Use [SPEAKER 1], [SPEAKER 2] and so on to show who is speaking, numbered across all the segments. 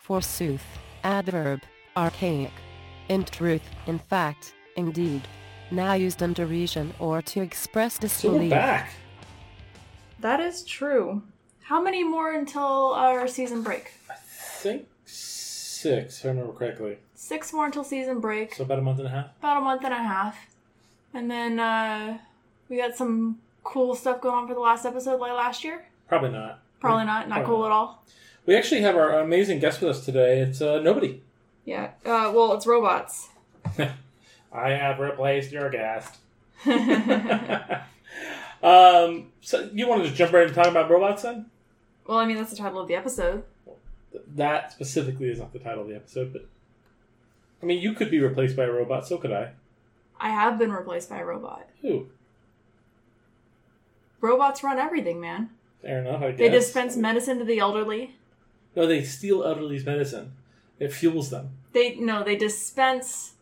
[SPEAKER 1] forsooth, adverb, archaic. In truth, in fact, indeed. Now used in derision or to express
[SPEAKER 2] So we're
[SPEAKER 1] disbelief.
[SPEAKER 2] back.
[SPEAKER 3] That is true. How many more until our season break?
[SPEAKER 2] I think six, if I remember correctly.
[SPEAKER 3] Six more until season break.
[SPEAKER 2] So about a month and a half.
[SPEAKER 3] about a month and a half. And then uh, we got some cool stuff going on for the last episode like last year.
[SPEAKER 2] Probably not.
[SPEAKER 3] Probably not, not
[SPEAKER 2] Probably
[SPEAKER 3] cool at all.
[SPEAKER 2] We actually have our amazing guest with us today. It's uh, nobody.
[SPEAKER 3] Yeah. Uh, well, it's robots.
[SPEAKER 2] I have replaced your guest. um, so you want to just jump right into talking about robots then?
[SPEAKER 3] Well, I mean that's the title of the episode.
[SPEAKER 2] Th- That specifically is not the title of the episode, but I mean, you could be replaced by a robot. So could I.
[SPEAKER 3] I have been replaced by a robot.
[SPEAKER 2] Who?
[SPEAKER 3] Robots run everything, man.
[SPEAKER 2] Fair enough. I guess
[SPEAKER 3] They dispense medicine to the elderly.
[SPEAKER 2] No, they steal elderly's medicine. It fuels them.
[SPEAKER 3] They no, they dispense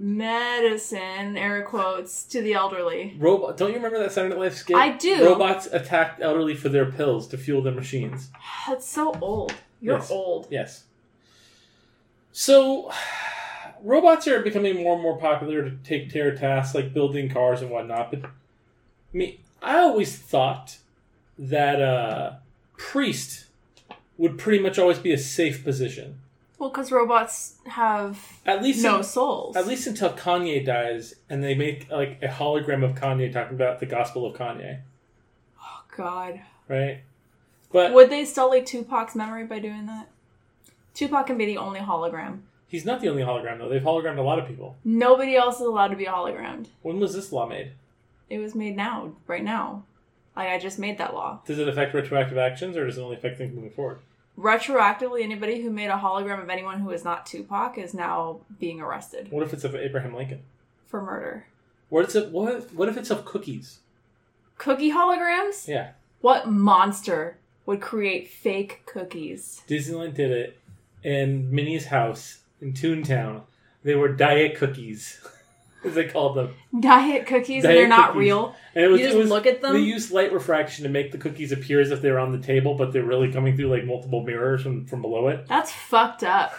[SPEAKER 3] medicine, air quotes, to the elderly.
[SPEAKER 2] Robot. Don't you remember that Saturday Night Live skit?
[SPEAKER 3] I do.
[SPEAKER 2] Robots attack elderly for their pills to fuel their machines.
[SPEAKER 3] That's so old. You're
[SPEAKER 2] Yes.
[SPEAKER 3] old.
[SPEAKER 2] Yes. So, robots are becoming more and more popular to take care of tasks like building cars and whatnot. But I mean, I always thought that uh, priest would pretty much always be a safe position,
[SPEAKER 3] Well, because robots have
[SPEAKER 2] at least
[SPEAKER 3] no
[SPEAKER 2] in-
[SPEAKER 3] souls.
[SPEAKER 2] At least until Kanye dies, and they make like a hologram of Kanye talking about the Gospel of Kanye,
[SPEAKER 3] Oh, God.
[SPEAKER 2] right? But
[SPEAKER 3] Would they sully Tupac's memory by doing that? Tupac can be the only hologram.
[SPEAKER 2] he's not the only hologram though. They've hologrammed a lot of people.
[SPEAKER 3] Nobody else is allowed to be hologrammed.
[SPEAKER 2] When was this law made?
[SPEAKER 3] It was made now, right now. Like I just made that law.
[SPEAKER 2] Does it affect retroactive actions, or does it only affect things moving forward?
[SPEAKER 3] Retroactively, anybody who made a hologram of anyone who is not Tupac is now being arrested
[SPEAKER 2] What if it's of Abraham Lincoln?
[SPEAKER 3] for murder.
[SPEAKER 2] What if it's what if, what if it's of cookies?
[SPEAKER 3] Cookie holograms?
[SPEAKER 2] Yeah,
[SPEAKER 3] What monster would create fake cookies?
[SPEAKER 2] Disneyland did it in Minnie's house in Toontown. They were diet cookies, as they called them.
[SPEAKER 3] Diet cookies and
[SPEAKER 2] Diet
[SPEAKER 3] they're not
[SPEAKER 2] cookies.
[SPEAKER 3] real.
[SPEAKER 2] And it was,
[SPEAKER 3] You just
[SPEAKER 2] it was-
[SPEAKER 3] look at them?
[SPEAKER 2] They use light refraction to make the cookies appear as if they're on the table, but they're really coming through like multiple mirrors from, from below it.
[SPEAKER 3] That's fucked up.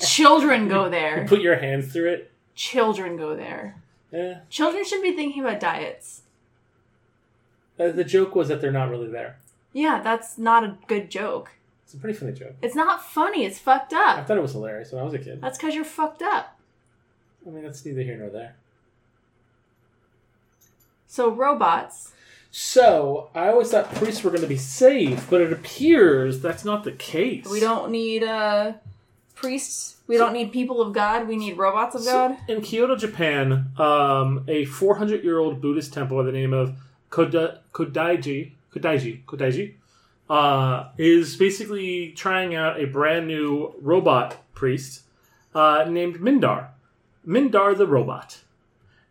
[SPEAKER 3] Children go
[SPEAKER 2] You
[SPEAKER 3] there.
[SPEAKER 2] put your hands through it.
[SPEAKER 3] Children go there.
[SPEAKER 2] Eh.
[SPEAKER 3] Children should be thinking about diets.
[SPEAKER 2] Uh, The joke was that they're not really there.
[SPEAKER 3] Yeah, that's not a good joke.
[SPEAKER 2] It's a pretty funny joke.
[SPEAKER 3] It's not funny, it's fucked
[SPEAKER 2] I
[SPEAKER 3] up.
[SPEAKER 2] thought it was hilarious when I was a kid.
[SPEAKER 3] That's because you're fucked up.
[SPEAKER 2] I mean, that's neither here nor there.
[SPEAKER 3] So, robots.
[SPEAKER 2] So I always thought priests were going to be safe, but it appears that's not the case.
[SPEAKER 3] We don't need uh, priests. We don't need people of God. We need robots of God.
[SPEAKER 2] So, in Kyoto, Japan, um, a 400 year old Buddhist temple by the name of Koda, Kodaiji, Kodaiji, Kodaiji uh, is basically trying out a brand new robot priest uh, named Mindar. Mindar the robot.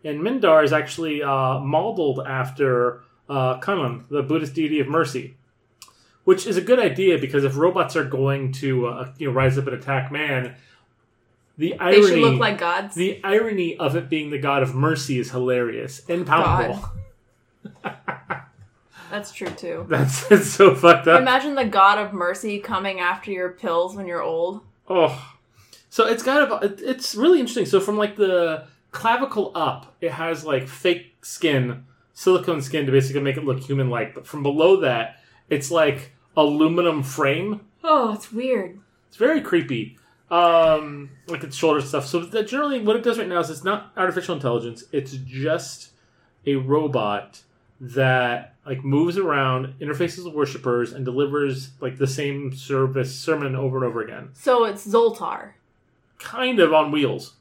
[SPEAKER 2] And Mindar is actually uh, modeled after uh, Kannon, the Buddhist deity of mercy. Which is a good idea because if robots are going to uh, you know rise up and attack man, the
[SPEAKER 3] They
[SPEAKER 2] irony
[SPEAKER 3] should look like gods.
[SPEAKER 2] the irony of it being the god of mercy is hilarious and palpable.
[SPEAKER 3] God. That's true, too.
[SPEAKER 2] That's, that's so fucked up.
[SPEAKER 3] Imagine the God of mercy coming after your pills when you're old.
[SPEAKER 2] Oh, so it's got about. it- It's really interesting. So from like the clavicle up, it has like fake skin, silicone skin to basically make it look human-like. But from below that, it's like aluminum frame.
[SPEAKER 3] Oh, it's weird.
[SPEAKER 2] It's very creepy. Um, like its shoulder stuff. So that generally, what it does right now is it's not artificial intelligence. It's just a robot that like moves around, interfaces with worshippers, and delivers like the same service sermon over and over again,
[SPEAKER 3] So, it's Zoltar.
[SPEAKER 2] kind of on wheels.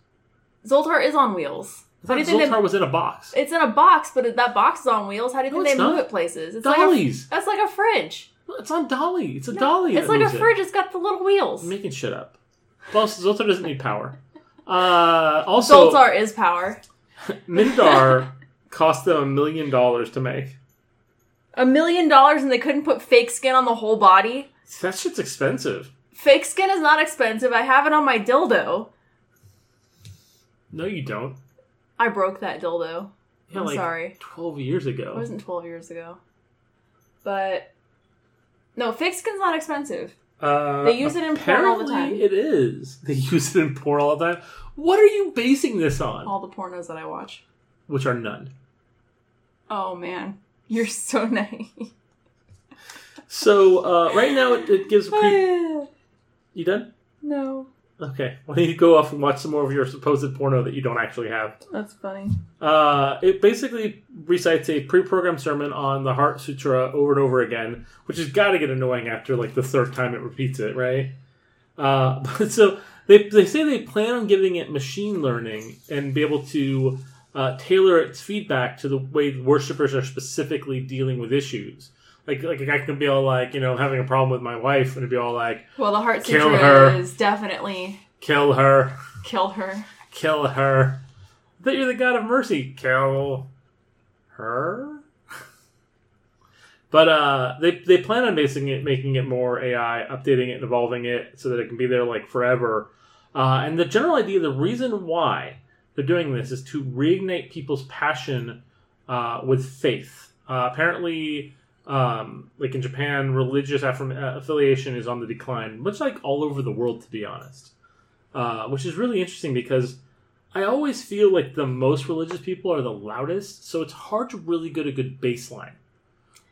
[SPEAKER 3] Zoltar is on wheels.
[SPEAKER 2] I
[SPEAKER 3] How
[SPEAKER 2] thought
[SPEAKER 3] do you think
[SPEAKER 2] Zoltar
[SPEAKER 3] they-
[SPEAKER 2] was in a box.
[SPEAKER 3] It's in a box, but that box is on wheels. How do you
[SPEAKER 2] No,
[SPEAKER 3] think
[SPEAKER 2] it's
[SPEAKER 3] they move
[SPEAKER 2] not.
[SPEAKER 3] it places? It's like a,
[SPEAKER 2] Dollies.
[SPEAKER 3] that's like a fridge.
[SPEAKER 2] It's on dolly. It's a
[SPEAKER 3] No,
[SPEAKER 2] dolly.
[SPEAKER 3] It's
[SPEAKER 2] that
[SPEAKER 3] like a
[SPEAKER 2] moves it.
[SPEAKER 3] fridge. It's got the little wheels.
[SPEAKER 2] I'm making shit up. Plus, Zoltar doesn't need power. Uh, also,
[SPEAKER 3] Zoltar is power.
[SPEAKER 2] Mindar cost them a million dollars to make.
[SPEAKER 3] A million dollars, and they couldn't put fake skin on the whole body.
[SPEAKER 2] That shit's expensive.
[SPEAKER 3] Fake skin is not expensive. I have it on my dildo.
[SPEAKER 2] No, you don't.
[SPEAKER 3] I broke that dildo.
[SPEAKER 2] Yeah,
[SPEAKER 3] I'm
[SPEAKER 2] like
[SPEAKER 3] sorry.
[SPEAKER 2] Twelve years
[SPEAKER 3] It
[SPEAKER 2] ago.
[SPEAKER 3] wasn't 12 years ago. But no, fake skin's not expensive.
[SPEAKER 2] Uh,
[SPEAKER 3] They use it in porn all the
[SPEAKER 2] apparently
[SPEAKER 3] time.
[SPEAKER 2] It is. They use it in porn all the time. What are you basing this on?
[SPEAKER 3] All the pornos that I watch.
[SPEAKER 2] Which are none.
[SPEAKER 3] Oh man, you're so naive.
[SPEAKER 2] So uh, right now it, it gives. a Pre-
[SPEAKER 3] no.
[SPEAKER 2] you done? Okay. Why don't you go off and watch some more of your supposed porno that you don't actually have?
[SPEAKER 3] That's funny.
[SPEAKER 2] Uh, it basically recites a pre-programmed sermon on the Heart Sutra over and over again, which has got to get annoying after like the third time it repeats it, right? Uh, but so they they say they plan on giving it machine learning and be able to uh, tailor its feedback to the way worshipers are specifically dealing with issues. Like like a guy can be all like, you know, I'm having a problem with my wife, and it'd be all like,
[SPEAKER 3] Well, the heart
[SPEAKER 2] Kill
[SPEAKER 3] sutra
[SPEAKER 2] her.
[SPEAKER 3] is definitely
[SPEAKER 2] kill her.
[SPEAKER 3] kill her.
[SPEAKER 2] Kill her. That you're the god of mercy. Kill her. but uh, they they plan on basing it, making it more AI, updating it, and evolving it so that it can be there like forever. Uh, and the general idea, the reason why they're doing this is to reignite people's passion uh, with faith. Uh, apparently, um, like in Japan, religious affirm- uh, affiliation is on the decline, much like all over the world, to be honest. Uh, which is really interesting because I always feel like the most religious people are the loudest, so it's hard to really get a good baseline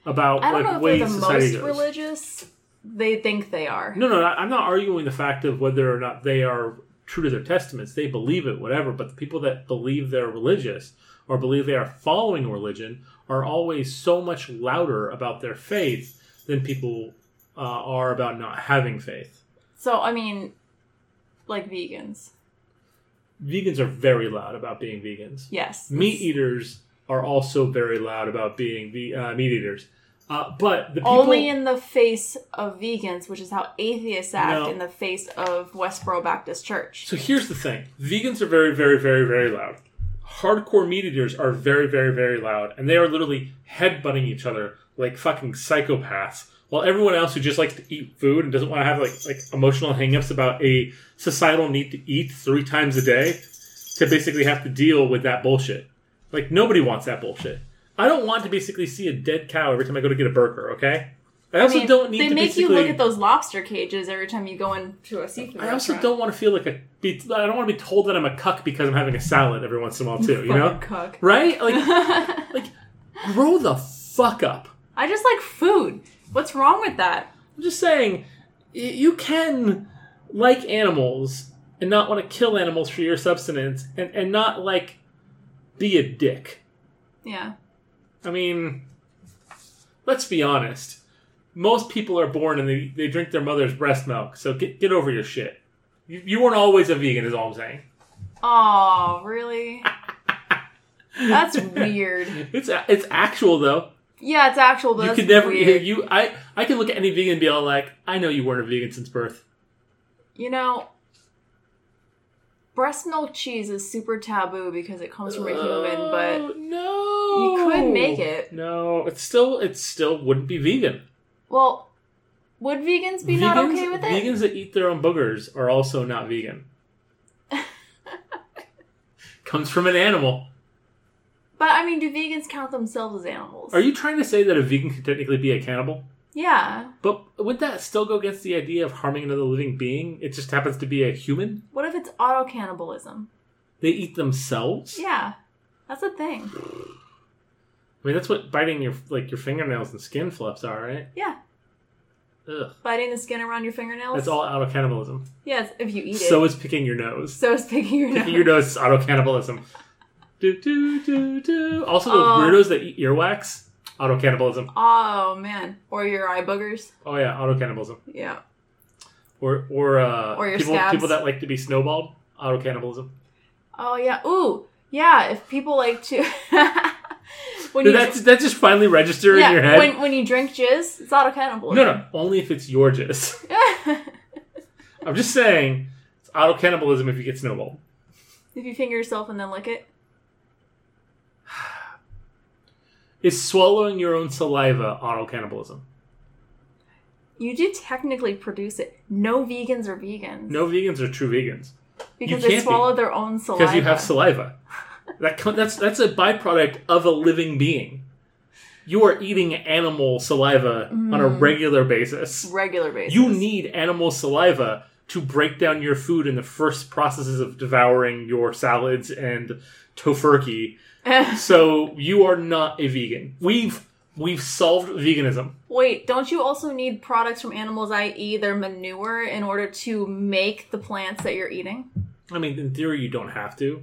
[SPEAKER 2] about
[SPEAKER 3] I don't know
[SPEAKER 2] like
[SPEAKER 3] if they're
[SPEAKER 2] ways
[SPEAKER 3] the
[SPEAKER 2] society
[SPEAKER 3] most
[SPEAKER 2] goes.
[SPEAKER 3] religious. They think they are.
[SPEAKER 2] No, no, I'm not arguing the fact of whether or not they are true to their testaments. They believe it, whatever. But the people that believe they're religious or believe they are following a religion are always so much louder about their faith than people uh, are about not having faith.
[SPEAKER 3] So I mean, like vegans.
[SPEAKER 2] Vegans are very loud about being vegans.
[SPEAKER 3] Yes.
[SPEAKER 2] Meat eaters are also very loud about being the uh, meat eaters. Uh, but the people
[SPEAKER 3] Only in the face of vegans, which is how atheists act
[SPEAKER 2] No.
[SPEAKER 3] in the face of Westboro Baptist Church.
[SPEAKER 2] So here's the thing: vegans are very, very, very, very loud. Hardcore meat eaters are very, very, very loud, and they are literally headbutting each other like fucking psychopaths. While everyone else who just likes to eat food and doesn't want to have like like emotional hangups about a societal need to eat three times a day, to basically have to deal with that bullshit. Like nobody wants that bullshit. I don't want to basically see a dead cow every time I go to get a burger. Okay. I also
[SPEAKER 3] I mean,
[SPEAKER 2] don't need.
[SPEAKER 3] they
[SPEAKER 2] to
[SPEAKER 3] make you look
[SPEAKER 2] basically-
[SPEAKER 3] at those lobster cages every time you go into a seafood.
[SPEAKER 2] I also
[SPEAKER 3] restaurant.
[SPEAKER 2] don't want to feel like a. Be, I don't want to be told that I'm a cuck because I'm having a salad every once in a while too. You know,
[SPEAKER 3] Fucking cuck.
[SPEAKER 2] right? Like, like, grow the fuck up.
[SPEAKER 3] I just like food. What's wrong with that?
[SPEAKER 2] I'm just saying, y- you can like animals and not want to kill animals for your subsistence, and and not like be a dick.
[SPEAKER 3] Yeah.
[SPEAKER 2] I mean, let's be honest. Most people are born and they, they drink their mother's breast milk. So get get over your shit. You, you weren't always a vegan, is all I'm saying.
[SPEAKER 3] Oh, really? That's weird.
[SPEAKER 2] It's a- it's actual though.
[SPEAKER 3] Yeah, it's actual, but
[SPEAKER 2] you
[SPEAKER 3] that's
[SPEAKER 2] could never you,
[SPEAKER 3] weird.
[SPEAKER 2] you I I can look at any vegan and be all like, I know you weren't a vegan since birth.
[SPEAKER 3] You know, breast milk cheese is super taboo because it comes from a human, but
[SPEAKER 2] Oh, no,
[SPEAKER 3] you could make it.
[SPEAKER 2] No, it's still it still wouldn't be vegan.
[SPEAKER 3] well, would vegans be
[SPEAKER 2] vegans,
[SPEAKER 3] not okay with it?
[SPEAKER 2] Vegans that eat their own boogers are also not vegan. Comes from an animal.
[SPEAKER 3] But I mean, do vegans count themselves as animals?
[SPEAKER 2] Are you trying to say that a vegan could technically be a cannibal?
[SPEAKER 3] Yeah.
[SPEAKER 2] But would that still go against the idea of harming another living being? It just happens to be a human.
[SPEAKER 3] What if it's auto cannibalism?
[SPEAKER 2] They eat themselves.
[SPEAKER 3] Yeah, that's a thing.
[SPEAKER 2] I mean, that's what biting your like your fingernails and skin flaps are, right?
[SPEAKER 3] Yeah,
[SPEAKER 2] Ugh.
[SPEAKER 3] biting the skin around your fingernails.
[SPEAKER 2] That's all auto cannibalism.
[SPEAKER 3] Yes, if you eat it.
[SPEAKER 2] So is picking your nose.
[SPEAKER 3] So is picking your nose.
[SPEAKER 2] Picking your nose is auto cannibalism. do, do, do, do. Also, those
[SPEAKER 3] Oh.
[SPEAKER 2] weirdos that eat earwax, auto cannibalism.
[SPEAKER 3] Oh man, or your eye boogers.
[SPEAKER 2] Oh yeah, auto cannibalism.
[SPEAKER 3] Yeah.
[SPEAKER 2] Or or uh,
[SPEAKER 3] Or your
[SPEAKER 2] people
[SPEAKER 3] scabs.
[SPEAKER 2] people that like to be snowballed, auto cannibalism.
[SPEAKER 3] Oh yeah. Ooh. Yeah. If people like to. when
[SPEAKER 2] Did that that just finally register
[SPEAKER 3] yeah,
[SPEAKER 2] in your head?
[SPEAKER 3] When, when you drink jizz, it's auto
[SPEAKER 2] no,
[SPEAKER 3] cannibalism.
[SPEAKER 2] no, only if it's your jizz.
[SPEAKER 3] no.
[SPEAKER 2] I'm just saying, it's auto cannibalism if you get snowballed.
[SPEAKER 3] if you finger yourself and then lick it.
[SPEAKER 2] Is swallowing your own saliva auto cannibalism?
[SPEAKER 3] You do technically produce it. No vegans are vegans.
[SPEAKER 2] No vegans are true vegans. you
[SPEAKER 3] Because they
[SPEAKER 2] can't be.
[SPEAKER 3] swallow their own saliva.
[SPEAKER 2] because you have saliva. That co- that's that's a byproduct of a living being. you are eating animal saliva on a regular basis.
[SPEAKER 3] regular basis.
[SPEAKER 2] You need animal saliva to break down your food in the first processes of devouring your salads and tofurkey. so you are not a vegan. We've we've solved veganism.
[SPEAKER 3] Wait, don't you also need products from animals, i.e., their manure, in order to make the plants that you're eating?
[SPEAKER 2] I mean, in theory, you don't have to,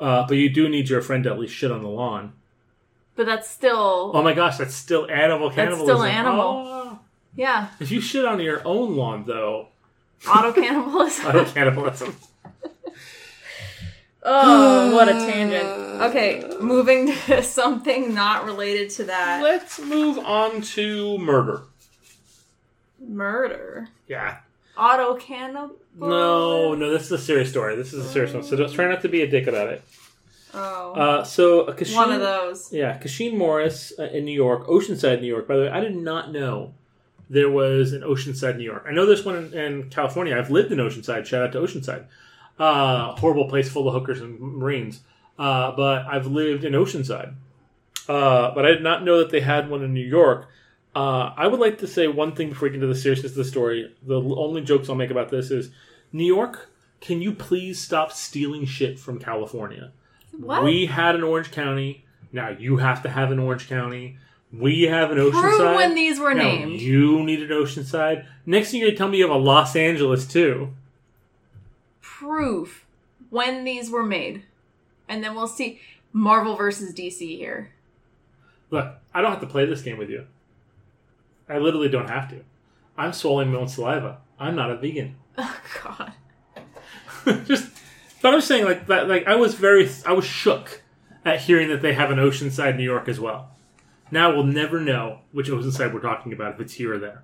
[SPEAKER 2] uh, but you do need your friend to at least shit on the lawn.
[SPEAKER 3] But that's still
[SPEAKER 2] Oh my gosh, that's still animal
[SPEAKER 3] That's
[SPEAKER 2] cannibalism.
[SPEAKER 3] still animal.
[SPEAKER 2] Oh.
[SPEAKER 3] yeah,
[SPEAKER 2] if you shit on your own lawn, though,
[SPEAKER 3] auto cannibalism.
[SPEAKER 2] auto cannibalism.
[SPEAKER 3] oh, what a tangent. Okay, moving to something not related to that.
[SPEAKER 2] Let's move on to murder.
[SPEAKER 3] Murder.
[SPEAKER 2] Yeah.
[SPEAKER 3] Auto cannibalism.
[SPEAKER 2] No, no, this is a serious story. This is a serious one. So don't, try not to be a dick about it.
[SPEAKER 3] Oh, one
[SPEAKER 2] Uh, so a Kashin,
[SPEAKER 3] of those.
[SPEAKER 2] Yeah, Kashin Morris uh, in New York, Oceanside, New York. By the way, I did not know there was an Oceanside, New York. I know there's one in, in California. I've lived in Oceanside. Shout out to Oceanside. Uh, horrible place full of hookers and Marines. Uh, but I've lived in Oceanside. Uh, but I did not know that they had one in New York. Uh, I would like to say one thing before we get into the seriousness of the story. The l- only jokes I'll make about this is New York, can you please stop stealing shit from California?
[SPEAKER 3] What?
[SPEAKER 2] We had an Orange County. Now you have to have an Orange County. We have an Oceanside.
[SPEAKER 3] Prove when these were
[SPEAKER 2] now
[SPEAKER 3] named.
[SPEAKER 2] you need an Oceanside. Next thing you're gonna tell me you have a Los Angeles too.
[SPEAKER 3] Prove when these were made, and then we'll see Marvel versus DC here.
[SPEAKER 2] Look, I don't have to play this game with you. I literally don't have to. I'm swallowing my own saliva. I'm not a vegan.
[SPEAKER 3] Oh God.
[SPEAKER 2] Just, but I'm saying like that. Like I was very, I was shook at hearing that they have an Oceanside, New York as well. Now we'll never know which Oceanside we're talking about if it's here or there.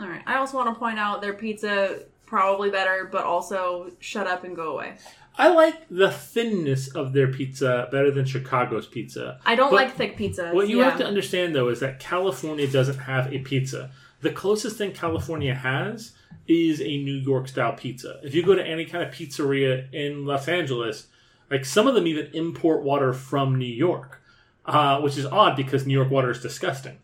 [SPEAKER 3] All right. I also want to point out their pizza probably better, but also shut up and go away.
[SPEAKER 2] I like the thinness of their pizza better than Chicago's pizza.
[SPEAKER 3] I don't
[SPEAKER 2] But
[SPEAKER 3] like thick pizza.
[SPEAKER 2] What you
[SPEAKER 3] yeah.
[SPEAKER 2] have to understand though is that California doesn't have a pizza. The closest thing California has is a New York style pizza. If you go to any kind of pizzeria in Los Angeles, like some of them even import water from New York, uh, which is odd because New York water is disgusting.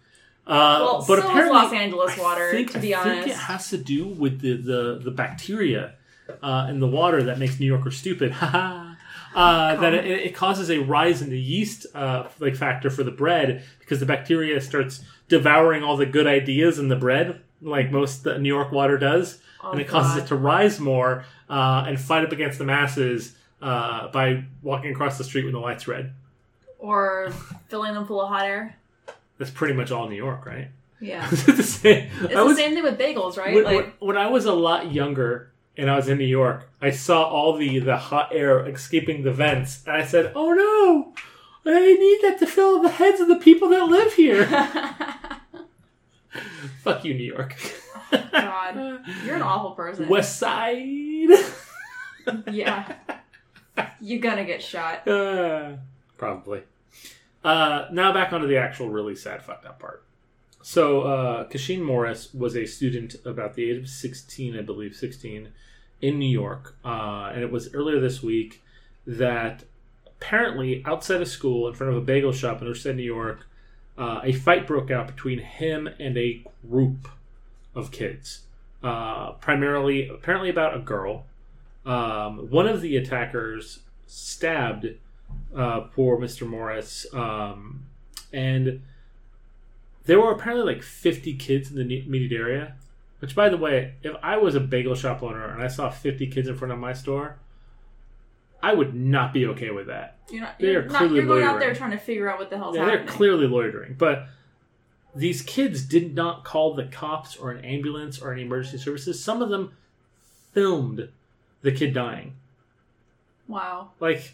[SPEAKER 2] Uh,
[SPEAKER 3] Well,
[SPEAKER 2] but
[SPEAKER 3] so is
[SPEAKER 2] apparently,
[SPEAKER 3] Los Angeles water,
[SPEAKER 2] I think,
[SPEAKER 3] to be
[SPEAKER 2] I think
[SPEAKER 3] honest.
[SPEAKER 2] it has to do with the the, the bacteria uh, in the water that makes New Yorkers stupid. Haha. Uh, that it, it causes a rise in the yeast uh, like factor for the bread because the bacteria starts devouring all the good ideas in the bread like most that New York water does, and it causes
[SPEAKER 3] God.
[SPEAKER 2] it to rise more uh, and fight up against the masses uh, by walking across the street when the lights red.
[SPEAKER 3] Or filling them full of hot air.
[SPEAKER 2] That's pretty much all New York, right?
[SPEAKER 3] Yeah.
[SPEAKER 2] It's the same-
[SPEAKER 3] It's
[SPEAKER 2] I
[SPEAKER 3] the
[SPEAKER 2] was-
[SPEAKER 3] same thing with bagels, right?
[SPEAKER 2] When,
[SPEAKER 3] like
[SPEAKER 2] when I was a lot younger and I was in New York, I saw all the, the hot air escaping the vents, and I said, "Oh no, I need that to fill the heads of the people that live here." Fuck you, New York.
[SPEAKER 3] God. You're an awful person.
[SPEAKER 2] West Side.
[SPEAKER 3] Yeah. You're gonna get shot.
[SPEAKER 2] Uh, probably. Uh, now back onto the actual really sad fucked up part. So uh, Kashin Morris was a student about the age of 16, I believe, 16, in New York. Uh, and it was earlier this week that apparently outside of school, in front of a bagel shop in Oceanside, New York, uh, a fight broke out between him and a group of kids. Uh, primarily, apparently about a girl. Um, one of the attackers stabbed uh, poor Mr. Morris. Um, and there were apparently like 50 kids in the ne- immediate area. Which, by the way, if I was a bagel shop owner and I saw 50 kids in front of my store, I would not be okay with that.
[SPEAKER 3] You're not
[SPEAKER 2] They
[SPEAKER 3] you're,
[SPEAKER 2] are
[SPEAKER 3] not,
[SPEAKER 2] clearly
[SPEAKER 3] you're going out
[SPEAKER 2] loitering.
[SPEAKER 3] there trying to figure out what the hell's
[SPEAKER 2] Yeah,
[SPEAKER 3] happening.
[SPEAKER 2] they're clearly loitering, but these kids did not call the cops or an ambulance or any emergency services. Some of them filmed the kid dying.
[SPEAKER 3] Wow.
[SPEAKER 2] Like,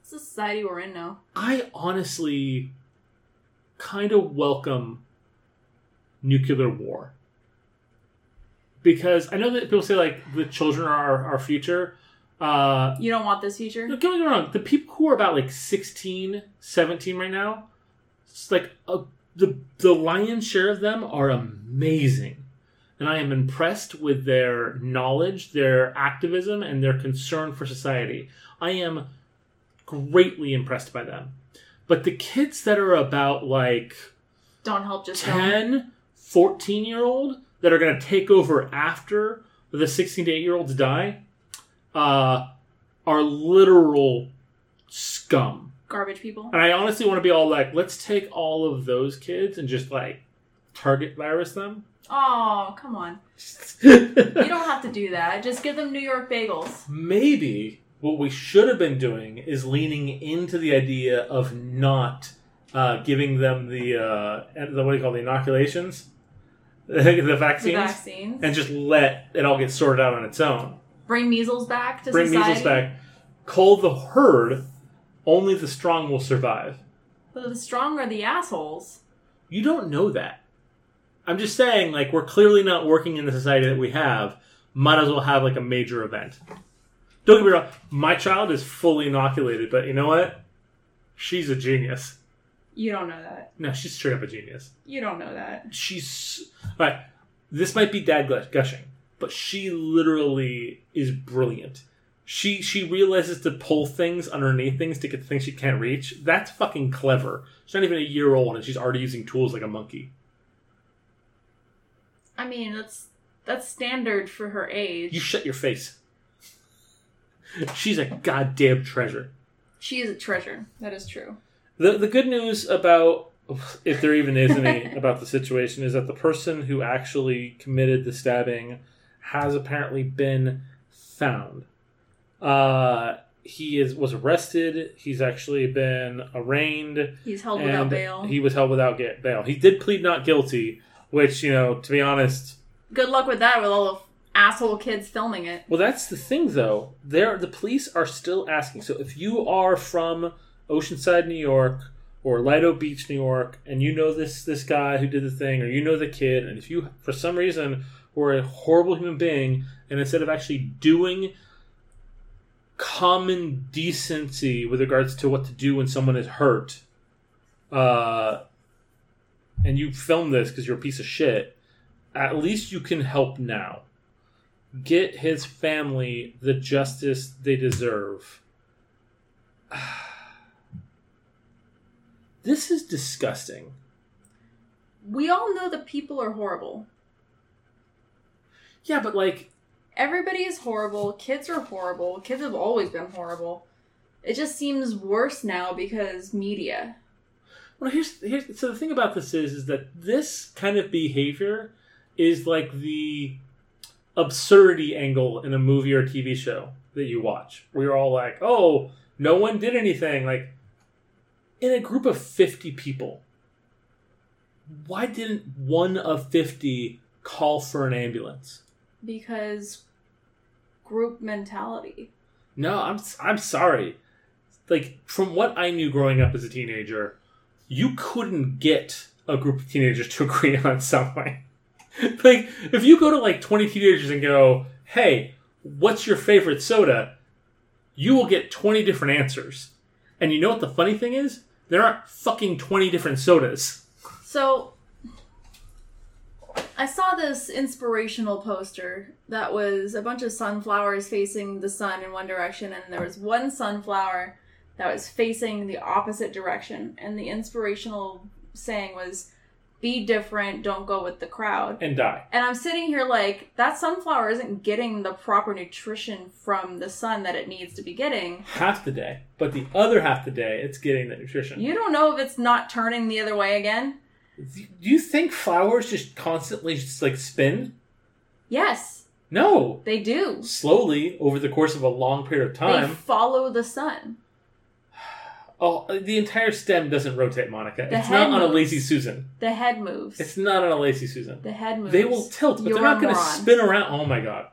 [SPEAKER 3] It's the society we're in now.
[SPEAKER 2] I honestly kind of welcome nuclear war. Because I know that people say, like, the children are our, our future. Uh,
[SPEAKER 3] You don't want this future?
[SPEAKER 2] no, don't get me wrong. The people who are about, like, 16, 17 right now, it's like a, the, the lion's share of them are amazing. And I am impressed with their knowledge, their activism, and their concern for society. I am greatly impressed by them. But the kids that are about like
[SPEAKER 3] Don't help, just don't.
[SPEAKER 2] 10, 14 year old that are going to take over after the 16 to 8 year olds die uh, are literal scum.
[SPEAKER 3] Garbage people.
[SPEAKER 2] And I honestly want to be all like, let's take all of those kids and just like target virus them.
[SPEAKER 3] Oh, come on. You don't have to do that. Just give them New York bagels.
[SPEAKER 2] Maybe what we should have been doing is leaning into the idea of not uh, giving them the, uh, the, what do you call it, the inoculations? the
[SPEAKER 3] The
[SPEAKER 2] vaccines?
[SPEAKER 3] vaccines.
[SPEAKER 2] and just let it all get sorted out on its own.
[SPEAKER 3] Bring measles back to
[SPEAKER 2] Bring
[SPEAKER 3] society.
[SPEAKER 2] measles back. Call the herd. Only the strong will survive.
[SPEAKER 3] But the strong are the assholes.
[SPEAKER 2] You don't know that. I'm just saying, like, we're clearly not working in the society that we have. Might as well have, like, a major event. Don't get me wrong. My child is fully inoculated, but you know what? She's a genius.
[SPEAKER 3] You don't know that.
[SPEAKER 2] No, she's straight up a genius.
[SPEAKER 3] You don't know that.
[SPEAKER 2] She's. Alright, this might be dad gush- gushing, but she literally is brilliant. She she realizes to pull things underneath things to get things she can't reach. That's fucking clever. She's not even a year old and she's already using tools like a monkey.
[SPEAKER 3] I mean, that's that's standard for her age.
[SPEAKER 2] You shut your face. She's a goddamn treasure.
[SPEAKER 3] she is a treasure. That is true.
[SPEAKER 2] The the good news about if there even is any about the situation is that the person who actually committed the stabbing has apparently been found. Uh, he is was arrested. He's actually been arraigned.
[SPEAKER 3] He's held
[SPEAKER 2] and
[SPEAKER 3] without bail.
[SPEAKER 2] He was held without ga- bail. He did plead not guilty, which you know, to be honest,
[SPEAKER 3] Good luck with that with all the asshole kids filming it.
[SPEAKER 2] Well, that's the thing, though. There, the police are still asking. So, if you are from Oceanside, New York, or Lido Beach, New York, and you know this this guy who did the thing, or you know the kid, and if you, for some reason, were a horrible human being, and instead of actually doing common decency with regards to what to do when someone is hurt, uh, and you film this because you're a piece of shit, at least you can help now get his family the justice they deserve. this is disgusting.
[SPEAKER 3] We all know that people are horrible.
[SPEAKER 2] Yeah, but like,
[SPEAKER 3] Everybody is horrible. Kids are horrible. Kids have always been horrible. It just seems worse now because media.
[SPEAKER 2] well, here's here's so the thing about this is is that this kind of behavior is like the absurdity angle in a movie or TV show that you watch, where you're all like, "Oh, no one did anything." Like, in a group of fifty people, why didn't one of fifty call for an ambulance?
[SPEAKER 3] because group mentality.
[SPEAKER 2] No, I'm I'm sorry. Like from what I knew growing up as a teenager, you couldn't get a group of teenagers to agree on something. like if you go to like 20 teenagers and go, "Hey, what's your favorite soda?" you will get 20 different answers. And you know what the funny thing is? There aren't fucking 20 different sodas.
[SPEAKER 3] So I saw this inspirational poster that was a bunch of sunflowers facing the sun in one direction and there was one sunflower that was facing the opposite direction and the inspirational saying was be different, don't go with the crowd.
[SPEAKER 2] And die.
[SPEAKER 3] And I'm sitting here like that sunflower isn't getting the proper nutrition from the sun that it needs to be getting.
[SPEAKER 2] Half the day. But the other half the day, it's getting the nutrition.
[SPEAKER 3] You don't know if it's not turning the other way again.
[SPEAKER 2] Do you think flowers just constantly just like spin?
[SPEAKER 3] Yes,
[SPEAKER 2] No.
[SPEAKER 3] they do.
[SPEAKER 2] slowly over the course of a long period of
[SPEAKER 3] They
[SPEAKER 2] time.
[SPEAKER 3] follow the sun.
[SPEAKER 2] Oh, the entire stem doesn't rotate, Monica.
[SPEAKER 3] The
[SPEAKER 2] it's not
[SPEAKER 3] head
[SPEAKER 2] on a
[SPEAKER 3] moves.
[SPEAKER 2] lazy Susan.
[SPEAKER 3] The head moves.
[SPEAKER 2] It's not on a lazy Susan.
[SPEAKER 3] the head moves.
[SPEAKER 2] They will tilt, but
[SPEAKER 3] You're
[SPEAKER 2] they're not
[SPEAKER 3] a
[SPEAKER 2] going to
[SPEAKER 3] moron.
[SPEAKER 2] spin around. Oh my god,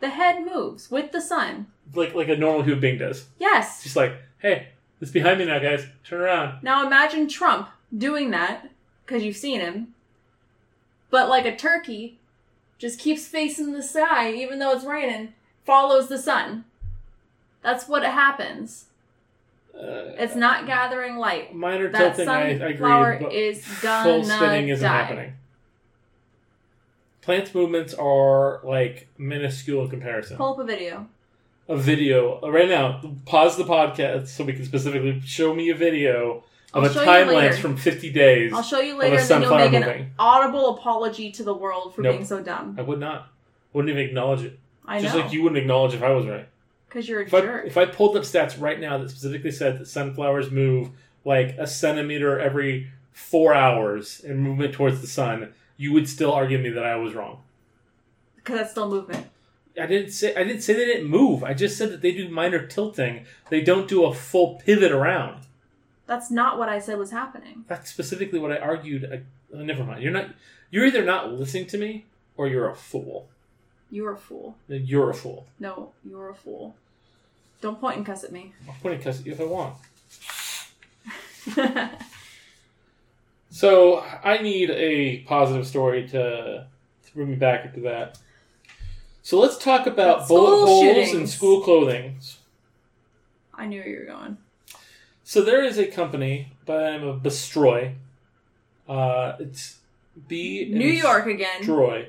[SPEAKER 3] The head moves with the sun.
[SPEAKER 2] like like a normal human being does. It's
[SPEAKER 3] Yes.
[SPEAKER 2] just like, hey, it's behind me now, guys. Turn around.
[SPEAKER 3] Now imagine Trump doing that because you've seen him. But like a turkey, just keeps facing the sky even though it's raining, follows the sun. That's what happens.
[SPEAKER 2] Uh,
[SPEAKER 3] It's not gathering light.
[SPEAKER 2] minor
[SPEAKER 3] that
[SPEAKER 2] tilting. I, I agree.
[SPEAKER 3] sunflower
[SPEAKER 2] but
[SPEAKER 3] is
[SPEAKER 2] full spinning
[SPEAKER 3] gonna
[SPEAKER 2] isn't
[SPEAKER 3] die.
[SPEAKER 2] happening. Plants' movements are like minuscule in comparison.
[SPEAKER 3] Pull up a video.
[SPEAKER 2] a video right now. Pause the podcast so we can specifically show me a video of
[SPEAKER 3] I'll
[SPEAKER 2] a
[SPEAKER 3] show you
[SPEAKER 2] time
[SPEAKER 3] later.
[SPEAKER 2] lapse from 50 days.
[SPEAKER 3] I'll show you
[SPEAKER 2] a
[SPEAKER 3] later, then you'll
[SPEAKER 2] sunflower
[SPEAKER 3] make an
[SPEAKER 2] moving.
[SPEAKER 3] audible apology to the world for
[SPEAKER 2] Nope.
[SPEAKER 3] being so dumb.
[SPEAKER 2] I would not. Wouldn't even acknowledge it.
[SPEAKER 3] I
[SPEAKER 2] Just
[SPEAKER 3] know.
[SPEAKER 2] like you wouldn't acknowledge if I was right.
[SPEAKER 3] Because you're a
[SPEAKER 2] If I,
[SPEAKER 3] jerk.
[SPEAKER 2] if I pulled up stats right now that specifically said that sunflowers move like a centimeter every four hours in movement towards the sun, you would still argue me that I was wrong.
[SPEAKER 3] Because that's still movement.
[SPEAKER 2] I didn't say I didn't say they didn't move. I just said that they do minor tilting. They don't do a full pivot around.
[SPEAKER 3] That's not what I said was happening.
[SPEAKER 2] That's specifically what I argued. I, oh, never mind. You're not. You're either not listening to me or you're a fool.
[SPEAKER 3] You're a fool.
[SPEAKER 2] You're a fool.
[SPEAKER 3] No, you're a fool. Don't point and cuss at me.
[SPEAKER 2] I'll point and cuss at you if I want. So I need a positive story to, to bring me back into that. So let's talk about
[SPEAKER 3] School
[SPEAKER 2] bullet holes and
[SPEAKER 3] shootings.
[SPEAKER 2] school clothing.
[SPEAKER 3] I knew where you were going.
[SPEAKER 2] So there is a company by the name of Bestroy. Uh, it's B
[SPEAKER 3] New
[SPEAKER 2] and
[SPEAKER 3] York again.
[SPEAKER 2] Destroy.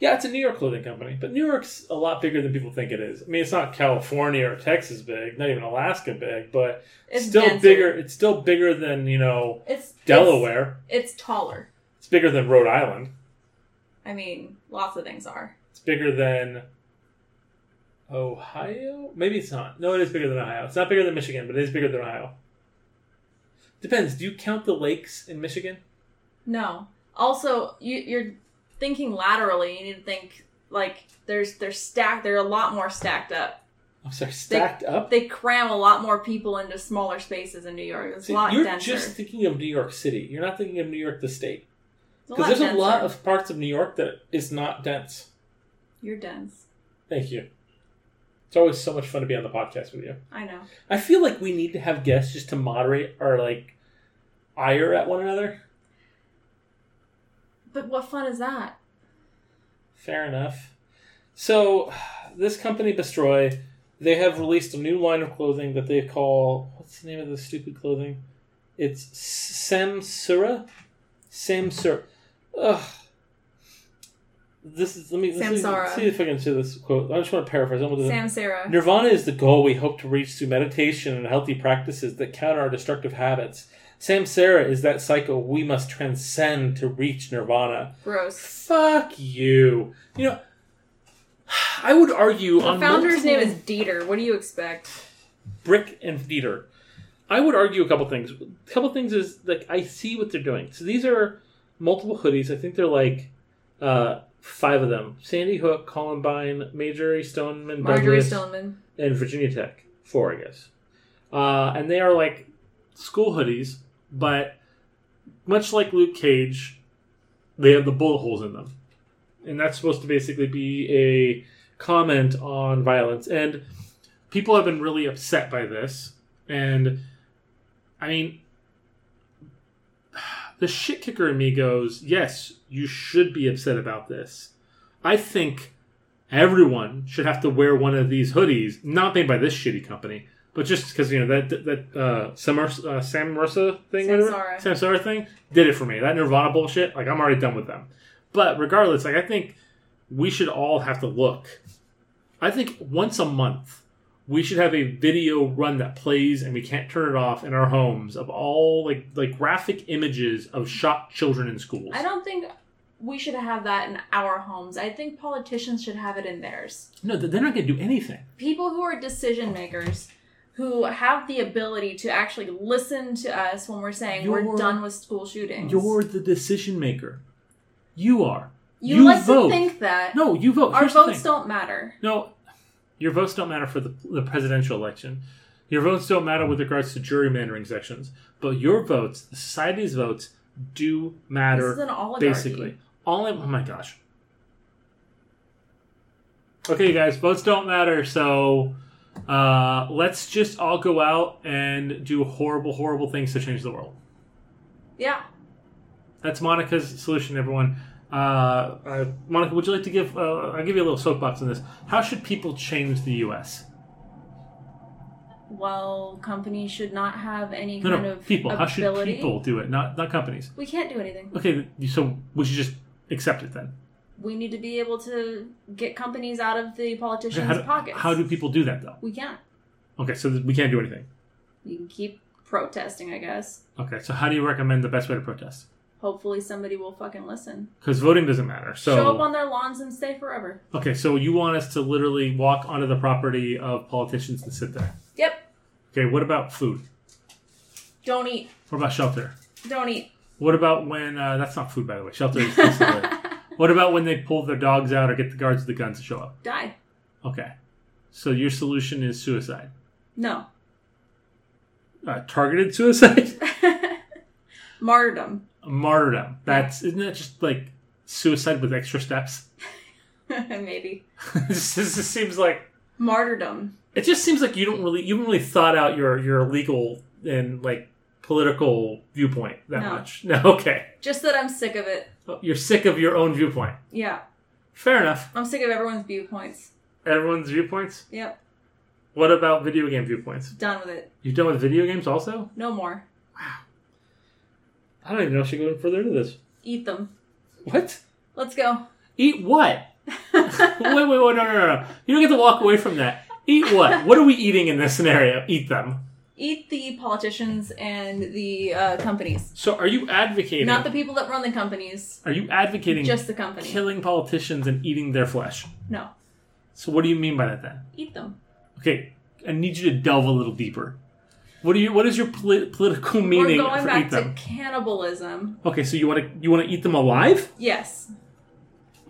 [SPEAKER 2] Yeah, it's a New York clothing company, but New York's a lot bigger than people think it is. I mean, it's not California or Texas big, not even Alaska big, but
[SPEAKER 3] It's
[SPEAKER 2] still
[SPEAKER 3] denser.
[SPEAKER 2] bigger. It's still bigger than you know
[SPEAKER 3] It's
[SPEAKER 2] Delaware.
[SPEAKER 3] It's, it's taller.
[SPEAKER 2] It's bigger than Rhode Island.
[SPEAKER 3] I mean, lots of things are.
[SPEAKER 2] It's bigger than Ohio. Maybe it's not. No, it is bigger than Ohio. It's not bigger than Michigan, but it is bigger than Ohio. Depends. Do you count the lakes in Michigan?
[SPEAKER 3] No. Also, you, you're thinking laterally. You need to think like there's they're stacked. They're a lot more stacked up.
[SPEAKER 2] I'm sorry, stacked up.
[SPEAKER 3] They cram a lot more people into smaller spaces in New York. It's
[SPEAKER 2] See,
[SPEAKER 3] a lot
[SPEAKER 2] you're
[SPEAKER 3] denser.
[SPEAKER 2] just thinking of New York City. You're not thinking of New York the state.
[SPEAKER 3] It's
[SPEAKER 2] Because there's a
[SPEAKER 3] denser.
[SPEAKER 2] lot of parts of New York that is not dense.
[SPEAKER 3] You're dense.
[SPEAKER 2] Thank you. It's always so much fun to be on the podcast with you.
[SPEAKER 3] I know.
[SPEAKER 2] I feel like we need to have guests just to moderate our like ire at one another.
[SPEAKER 3] But what fun is that?
[SPEAKER 2] Fair enough. So, this company, Bestroy, they have released a new line of clothing that they call what's the name of the stupid clothing? It's Samsura. Samsura. Ugh. This is let me let me
[SPEAKER 3] Samsara.
[SPEAKER 2] see if I can see this quote. I just want to paraphrase. I'm gonna do-
[SPEAKER 3] Sam Sarah.
[SPEAKER 2] Nirvana is the goal we hope to reach through meditation and healthy practices that counter our destructive habits. Samsara is that cycle we must transcend to reach nirvana.
[SPEAKER 3] Gross.
[SPEAKER 2] Fuck you. You know, I would argue
[SPEAKER 3] The
[SPEAKER 2] on
[SPEAKER 3] founder's
[SPEAKER 2] multiple-
[SPEAKER 3] name is Dieter. What do you expect?
[SPEAKER 2] Brick and Dieter. I would argue a couple things. A couple things is like I see what they're doing. So these are multiple hoodies. I think they're like uh, five of them: Sandy Hook, Columbine, Marjorie Stoneman,
[SPEAKER 3] Marjorie
[SPEAKER 2] Douglas,
[SPEAKER 3] Stoneman.
[SPEAKER 2] and Virginia Tech. Four, I guess. Uh, and they are like school hoodies, but much like Luke Cage, they have the bullet holes in them. And that's supposed to basically be a comment on violence. And people have been really upset by this. And I mean, the shit kicker in me goes, yes, you should be upset about this. I think everyone should have to wear one of these hoodies, not made by this shitty company, but just because you know that that uh, Samar- uh, Samrsa thing, whatever-
[SPEAKER 3] Samsara.
[SPEAKER 2] Samsara thing, did it for me. That Nirvana bullshit, like I'm already done with them. But regardless, like I think we should all have to look. I think once a month we should have a video run that plays and we can't turn it off in our homes of all like like graphic images of shot children in schools.
[SPEAKER 3] I don't think we should have that in our homes. I think politicians should have it in theirs.
[SPEAKER 2] No, th- they're not going to do anything.
[SPEAKER 3] People who are decision makers who have the ability to actually listen to us when we're saying we're
[SPEAKER 2] You're-
[SPEAKER 3] done with school shootings.
[SPEAKER 2] You're the decision maker. You are.
[SPEAKER 3] you,
[SPEAKER 2] you
[SPEAKER 3] like
[SPEAKER 2] vote.
[SPEAKER 3] to think that
[SPEAKER 2] No, you vote.
[SPEAKER 3] our
[SPEAKER 2] Here's the
[SPEAKER 3] votes
[SPEAKER 2] thing.
[SPEAKER 3] don't matter.
[SPEAKER 2] No, your votes don't matter for the, the presidential election. Your votes don't matter with regards to gerrymandering sections, but your votes, the society's votes, do matter.
[SPEAKER 3] This is an oligarchy.
[SPEAKER 2] basically, all I, oh my gosh. Okay, guys, votes don't matter, so uh, let's just all go out and do horrible, horrible things to change the world.
[SPEAKER 3] Yeah.
[SPEAKER 2] That's Monica's solution, everyone. Uh, uh, Monica, would you like to give? Uh, I'll give you a little soapbox on this. How should people change the U.S.?
[SPEAKER 3] Well, companies should not have any
[SPEAKER 2] No,
[SPEAKER 3] kind
[SPEAKER 2] no,
[SPEAKER 3] of
[SPEAKER 2] people. How
[SPEAKER 3] ability.
[SPEAKER 2] should people do it? Not not companies.
[SPEAKER 3] We can't do anything.
[SPEAKER 2] Okay, so we should just accept it then.
[SPEAKER 3] we need to be able to get companies out of the politicians'
[SPEAKER 2] how, do,
[SPEAKER 3] pockets.
[SPEAKER 2] how do people do that though?
[SPEAKER 3] we can't?
[SPEAKER 2] Okay, so th- we can't do anything.
[SPEAKER 3] We can keep protesting, I guess.
[SPEAKER 2] Okay, so how do you recommend the best way to protest?
[SPEAKER 3] Hopefully, somebody will fucking listen.
[SPEAKER 2] Because voting doesn't matter. So
[SPEAKER 3] Show up on their lawns and stay forever.
[SPEAKER 2] okay, so you want us to literally walk onto the property of politicians and sit there?
[SPEAKER 3] Yep.
[SPEAKER 2] Okay, what about food?
[SPEAKER 3] Don't eat.
[SPEAKER 2] What about shelter?
[SPEAKER 3] Don't eat.
[SPEAKER 2] What about when uh, that's not food, by the way. Shelter is considered. what about when they pull their dogs out or get the guards with the guns to show up?
[SPEAKER 3] Die.
[SPEAKER 2] Okay, so your solution is suicide,
[SPEAKER 3] No.
[SPEAKER 2] uh, targeted suicide,
[SPEAKER 3] Martyrdom.
[SPEAKER 2] martyrdom. That's isn't that just like suicide with extra steps?
[SPEAKER 3] Maybe.
[SPEAKER 2] this, this just seems like
[SPEAKER 3] Martyrdom.
[SPEAKER 2] it just seems like you don't really you haven't really thought out your your legal and like political viewpoint that
[SPEAKER 3] No.
[SPEAKER 2] much. No, okay,
[SPEAKER 3] Just that I'm sick of it.
[SPEAKER 2] you're sick of your own viewpoint.
[SPEAKER 3] Yeah.
[SPEAKER 2] Fair enough.
[SPEAKER 3] I'm sick of everyone's viewpoints.
[SPEAKER 2] Everyone's viewpoints.
[SPEAKER 3] Yep.
[SPEAKER 2] What about video game viewpoints?
[SPEAKER 3] Done with it.
[SPEAKER 2] You've done with video games also?
[SPEAKER 3] No more.
[SPEAKER 2] I don't even know if she going further into this.
[SPEAKER 3] Eat them.
[SPEAKER 2] What?
[SPEAKER 3] Let's go.
[SPEAKER 2] Eat what? wait, wait, wait, no, no, no, no. You don't get to walk away from that. Eat what? what are we eating in this scenario? Eat them.
[SPEAKER 3] Eat the politicians and the uh, companies.
[SPEAKER 2] So are you advocating
[SPEAKER 3] Not the people that run the companies,
[SPEAKER 2] are you advocating
[SPEAKER 3] just the company.
[SPEAKER 2] killing politicians and eating their flesh?
[SPEAKER 3] No.
[SPEAKER 2] So what do you mean by that then?
[SPEAKER 3] Eat them.
[SPEAKER 2] Okay, I need you to delve a little deeper. What do you what is your polit- political meaning
[SPEAKER 3] We're going
[SPEAKER 2] for
[SPEAKER 3] back
[SPEAKER 2] eat them?
[SPEAKER 3] to cannibalism.
[SPEAKER 2] Okay, so you want to you want to eat them alive?
[SPEAKER 3] Yes.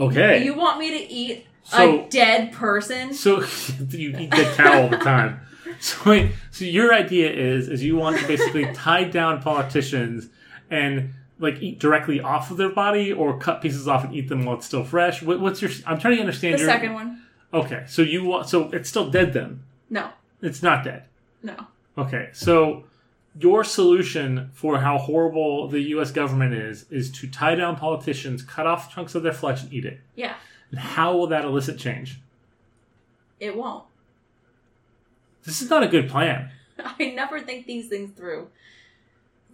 [SPEAKER 2] Okay.
[SPEAKER 3] You want me to eat
[SPEAKER 2] So-
[SPEAKER 3] a dead person?
[SPEAKER 2] So you eat dead cow all the time. So wait, so your idea is is you want to basically tie down politicians and like eat directly off of their body or cut pieces off and eat them while it's still fresh. What, what's your? I'm trying to understand
[SPEAKER 3] The
[SPEAKER 2] your
[SPEAKER 3] second one?
[SPEAKER 2] Okay, so you want so it's still dead then.
[SPEAKER 3] No.
[SPEAKER 2] It's not dead.
[SPEAKER 3] No.
[SPEAKER 2] Okay, so your solution for how horrible the U.S. government is is to tie down politicians, cut off chunks of their flesh, and eat it.
[SPEAKER 3] Yeah.
[SPEAKER 2] And how will that elicit change?
[SPEAKER 3] It won't.
[SPEAKER 2] This is not a good plan.
[SPEAKER 3] I never think these things through.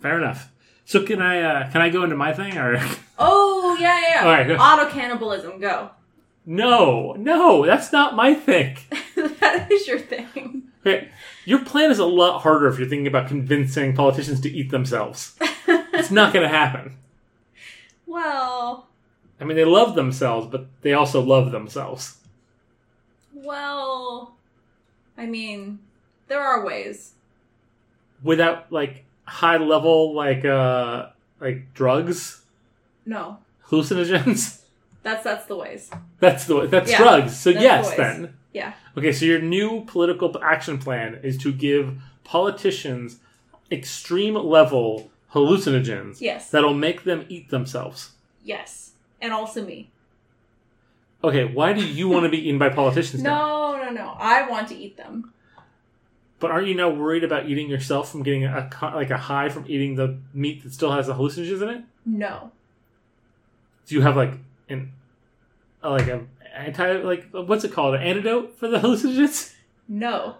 [SPEAKER 2] Fair enough. So can I uh, can I go into my thing or
[SPEAKER 3] Oh, yeah, yeah, yeah.
[SPEAKER 2] All right, go.
[SPEAKER 3] Auto cannibalism, go.
[SPEAKER 2] no no that's not my thing.
[SPEAKER 3] that is your thing.
[SPEAKER 2] Okay. Your plan is a lot harder if you're thinking about convincing politicians to eat themselves. it's not going to happen.
[SPEAKER 3] Well,
[SPEAKER 2] I mean they love themselves, but they also love themselves.
[SPEAKER 3] well, I mean, there are ways.
[SPEAKER 2] Without like high level like uh like drugs,
[SPEAKER 3] No,
[SPEAKER 2] hallucinogens.
[SPEAKER 3] that's that's the ways.
[SPEAKER 2] That's the that's
[SPEAKER 3] Yeah,
[SPEAKER 2] drugs. So
[SPEAKER 3] that's
[SPEAKER 2] yes
[SPEAKER 3] the ways.
[SPEAKER 2] then.
[SPEAKER 3] Yeah,
[SPEAKER 2] Okay, so your new political action plan is to give politicians extreme level hallucinogens
[SPEAKER 3] yes,
[SPEAKER 2] that'll make them eat themselves.
[SPEAKER 3] yes, and also me.
[SPEAKER 2] Okay, why do you want to be eaten by politicians now?
[SPEAKER 3] No, no, no. I want to eat them.
[SPEAKER 2] But aren't you now worried about eating yourself from getting a co- like a high from eating the meat that still has the hallucinogens in it?
[SPEAKER 3] No,
[SPEAKER 2] Do you have like an a- like a anti like what's it called an antidote for the hallucinogens?
[SPEAKER 3] no.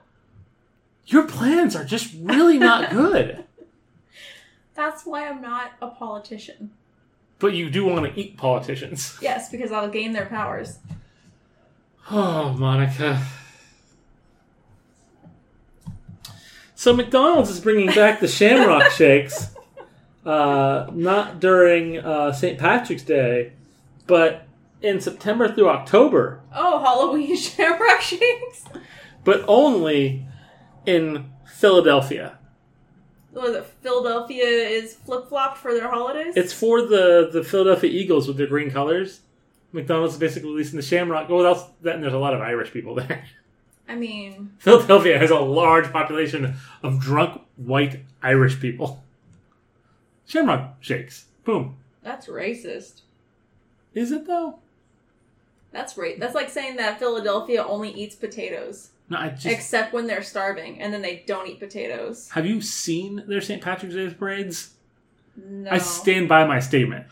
[SPEAKER 2] Your plans are just really not good.
[SPEAKER 3] That's why I'm not a politician.
[SPEAKER 2] but you do want to eat politicians.
[SPEAKER 3] Yes, because I'll gain their powers.
[SPEAKER 2] Oh, Monica. So McDonald's is bringing back the Shamrock Shakes, uh, not during uh, St. Patrick's Day, but in September through October,
[SPEAKER 3] Oh, Halloween shamrock shakes.
[SPEAKER 2] but only in Philadelphia.
[SPEAKER 3] What is it? Philadelphia is flip flopped for their holidays.
[SPEAKER 2] It's for the, the Philadelphia Eagles with their green colors. McDonald's is basically releasing the Shamrock. Well, that's that, and there's a lot of Irish people there.
[SPEAKER 3] I mean,
[SPEAKER 2] Philadelphia has a large population of drunk white Irish people. Shamrock shakes. Boom.
[SPEAKER 3] that's racist.
[SPEAKER 2] Is it though?
[SPEAKER 3] That's right. That's like saying that Philadelphia only eats potatoes,
[SPEAKER 2] No, I just
[SPEAKER 3] except when they're starving, and then they don't eat potatoes.
[SPEAKER 2] have you seen their St. Patrick's Day parades?
[SPEAKER 3] No,
[SPEAKER 2] I stand by my statement.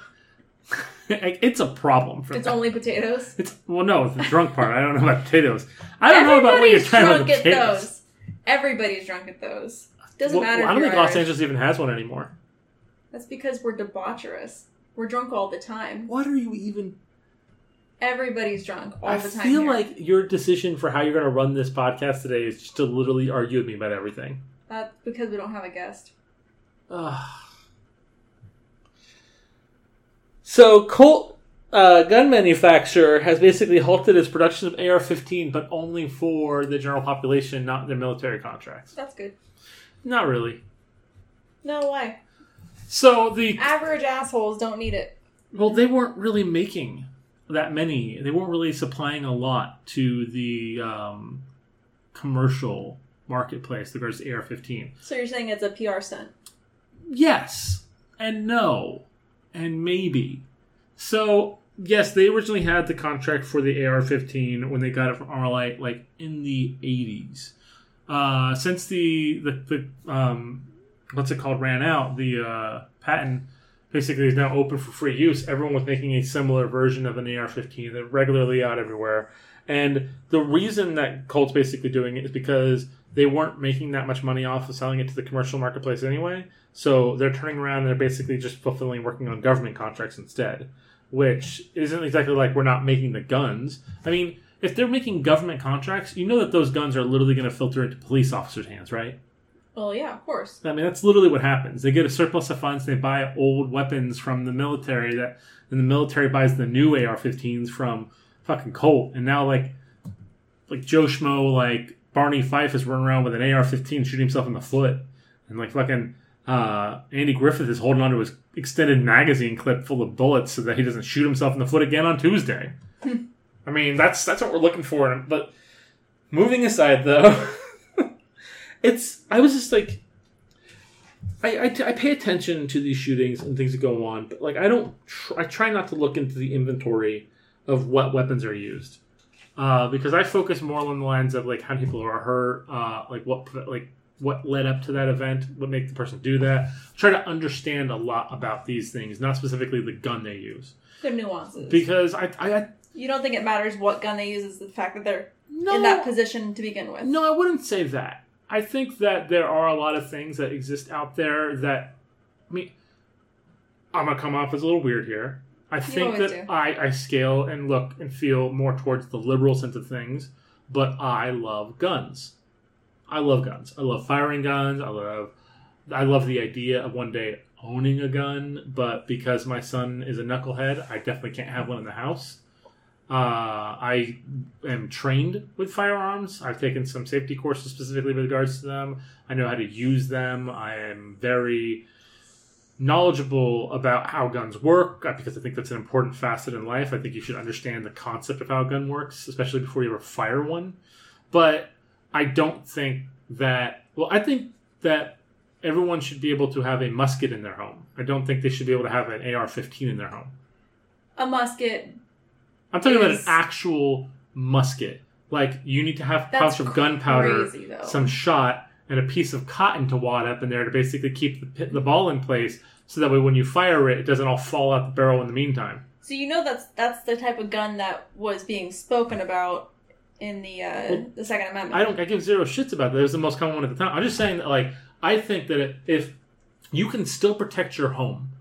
[SPEAKER 2] Like, it's a problem for
[SPEAKER 3] it's
[SPEAKER 2] them.
[SPEAKER 3] only potatoes.
[SPEAKER 2] It's well, no, it's the drunk part. I don't know about potatoes. I don't know about what you're
[SPEAKER 3] Everybody's
[SPEAKER 2] trying with
[SPEAKER 3] drunk at
[SPEAKER 2] potatoes.
[SPEAKER 3] those. Everybody's drunk at those. Doesn't
[SPEAKER 2] Well,
[SPEAKER 3] matter.
[SPEAKER 2] I don't
[SPEAKER 3] if you're
[SPEAKER 2] think Los
[SPEAKER 3] Irish.
[SPEAKER 2] Angeles even has one anymore.
[SPEAKER 3] That's because we're debaucherous. We're drunk all the time.
[SPEAKER 2] What are you even?
[SPEAKER 3] Everybody's drunk all
[SPEAKER 2] I
[SPEAKER 3] the time.
[SPEAKER 2] feel
[SPEAKER 3] here.
[SPEAKER 2] like your decision for how you're going to run this podcast today is just to literally argue with me about everything.
[SPEAKER 3] that's because we don't have a guest.
[SPEAKER 2] Ugh. So, Colt uh, gun manufacturer has basically halted its production of AR-15, but only for the general population, not their military contracts.
[SPEAKER 3] That's good.
[SPEAKER 2] Not really.
[SPEAKER 3] No way.
[SPEAKER 2] So the
[SPEAKER 3] Average assholes don't need it.
[SPEAKER 2] well, they weren't really making that many. They weren't really supplying a lot to the um, commercial marketplace. The regards to AR-15.
[SPEAKER 3] So you're saying it's a PR stunt?
[SPEAKER 2] yes and no and maybe so yes they originally had the contract for the ar-15 when they got it from rli like in the 80s uh, since the the, the um, what's it called ran out the uh, patent basically is now open for free use everyone was making a similar version of an ar-15 that regularly out everywhere and the reason that colt's basically doing it is because they weren't making that much money off of selling it to the commercial marketplace anyway so they're turning around and they're basically just fulfilling working on government contracts instead, which isn't exactly like we're not making the guns. I mean, if they're making government contracts, you know that those guns are literally going to filter into police officers' hands, right?
[SPEAKER 3] Well, yeah, of course.
[SPEAKER 2] I mean, that's literally what happens. They get a surplus of funds, they buy old weapons from the military that and the military buys the new AR-15s from fucking Colt. And now like like Joe Schmo, like Barney Fife is running around with an AR-15 shooting himself in the foot. And like fucking uh, Andy Griffith is holding onto his extended magazine clip full of bullets so that he doesn't shoot himself in the foot again on Tuesday. I mean, that's that's what we're looking for. But moving aside, though, it's I was just like, I, I, t- I pay attention to these shootings and things that go on, but like I don't tr- I try not to look into the inventory of what weapons are used uh, because I focus more along the lines of like how many people are hurt, uh, like what like what led up to that event, what made the person do that. Try to understand a lot about these things, not specifically the gun they use,
[SPEAKER 3] The nuances.
[SPEAKER 2] because I I, I
[SPEAKER 3] you don't think it matters what gun they use, it's the fact that they're
[SPEAKER 2] no
[SPEAKER 3] in that position to begin with.
[SPEAKER 2] No, I wouldn't say that. I think that there are a lot of things that exist out there that, I mean, I'm gonna come off as a little weird here. I think
[SPEAKER 3] always
[SPEAKER 2] that
[SPEAKER 3] do.
[SPEAKER 2] I, I scale and look and feel more towards the liberal sense of things, but I love guns. I love guns. I love firing guns. I love I love the idea of one day owning a gun, but because my son is a knucklehead, I definitely can't have one in the house. Uh, I am trained with firearms. I've taken some safety courses specifically with regards to them. I know how to use them. I am very knowledgeable about how guns work uh, because I think that's an important facet in life. I think you should understand the concept of how a gun works, especially before you ever fire one. But I don't think that, well, I think that everyone should be able to have a musket in their home. I don't think they should be able to have an AR 15 in their home.
[SPEAKER 3] A musket.
[SPEAKER 2] I'm talking about an
[SPEAKER 3] Is-
[SPEAKER 2] actual musket. Like you need to have a
[SPEAKER 3] That's
[SPEAKER 2] pouch of gunpowder,
[SPEAKER 3] crazy, though.
[SPEAKER 2] some shot, and a piece of cotton to wad up in there to basically keep the, pit, the ball in place, so that way when you fire it, it doesn't all fall out the barrel in the meantime.
[SPEAKER 3] So you know that's that's the type of gun that was being spoken about in the uh,
[SPEAKER 2] Well,
[SPEAKER 3] the Second Amendment.
[SPEAKER 2] I don't. I give zero shits about that. It was the most common one at the time. I'm just saying that, like, I think that it, if you can still protect your home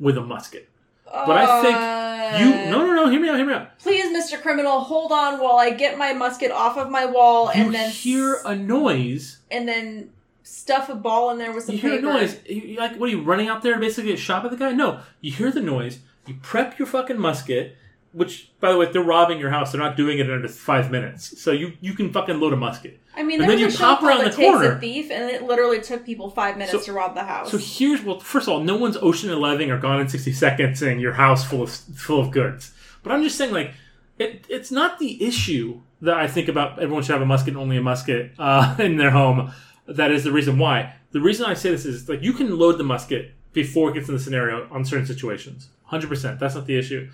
[SPEAKER 2] with a musket, but I think you no no no hear me out hear me out.
[SPEAKER 3] Uh, Please, Mr. Criminal, hold on while I get my musket off of my wall
[SPEAKER 2] You
[SPEAKER 3] and then
[SPEAKER 2] hear a noise
[SPEAKER 3] and then stuff a ball in there with some
[SPEAKER 2] you hear
[SPEAKER 3] paper.
[SPEAKER 2] a noise. You, you- like, what are you running out there to basically get shot by the guy? No, you hear the noise. You prep your fucking musket. Which, by the way, if they're robbing your house, they're not doing it in under five minutes. So you you can fucking load a musket.
[SPEAKER 3] I mean,
[SPEAKER 2] And
[SPEAKER 3] there
[SPEAKER 2] then
[SPEAKER 3] was
[SPEAKER 2] you
[SPEAKER 3] a
[SPEAKER 2] pop
[SPEAKER 3] shop
[SPEAKER 2] around
[SPEAKER 3] called
[SPEAKER 2] the
[SPEAKER 3] that takes
[SPEAKER 2] corner.
[SPEAKER 3] a thief, and it literally took people five minutes
[SPEAKER 2] So-
[SPEAKER 3] to rob the house.
[SPEAKER 2] So here's well, first of all, no one's Ocean Eleven or Gone in sixty seconds saying your house full of full of goods. But I'm just saying, like, it, it's not the issue that I think about. Everyone should have a musket, and only a musket uh, in their home. That is the reason why. The reason I say this is like you can load the musket before it gets in the scenario on certain situations. Hundred percent. That's not the issue.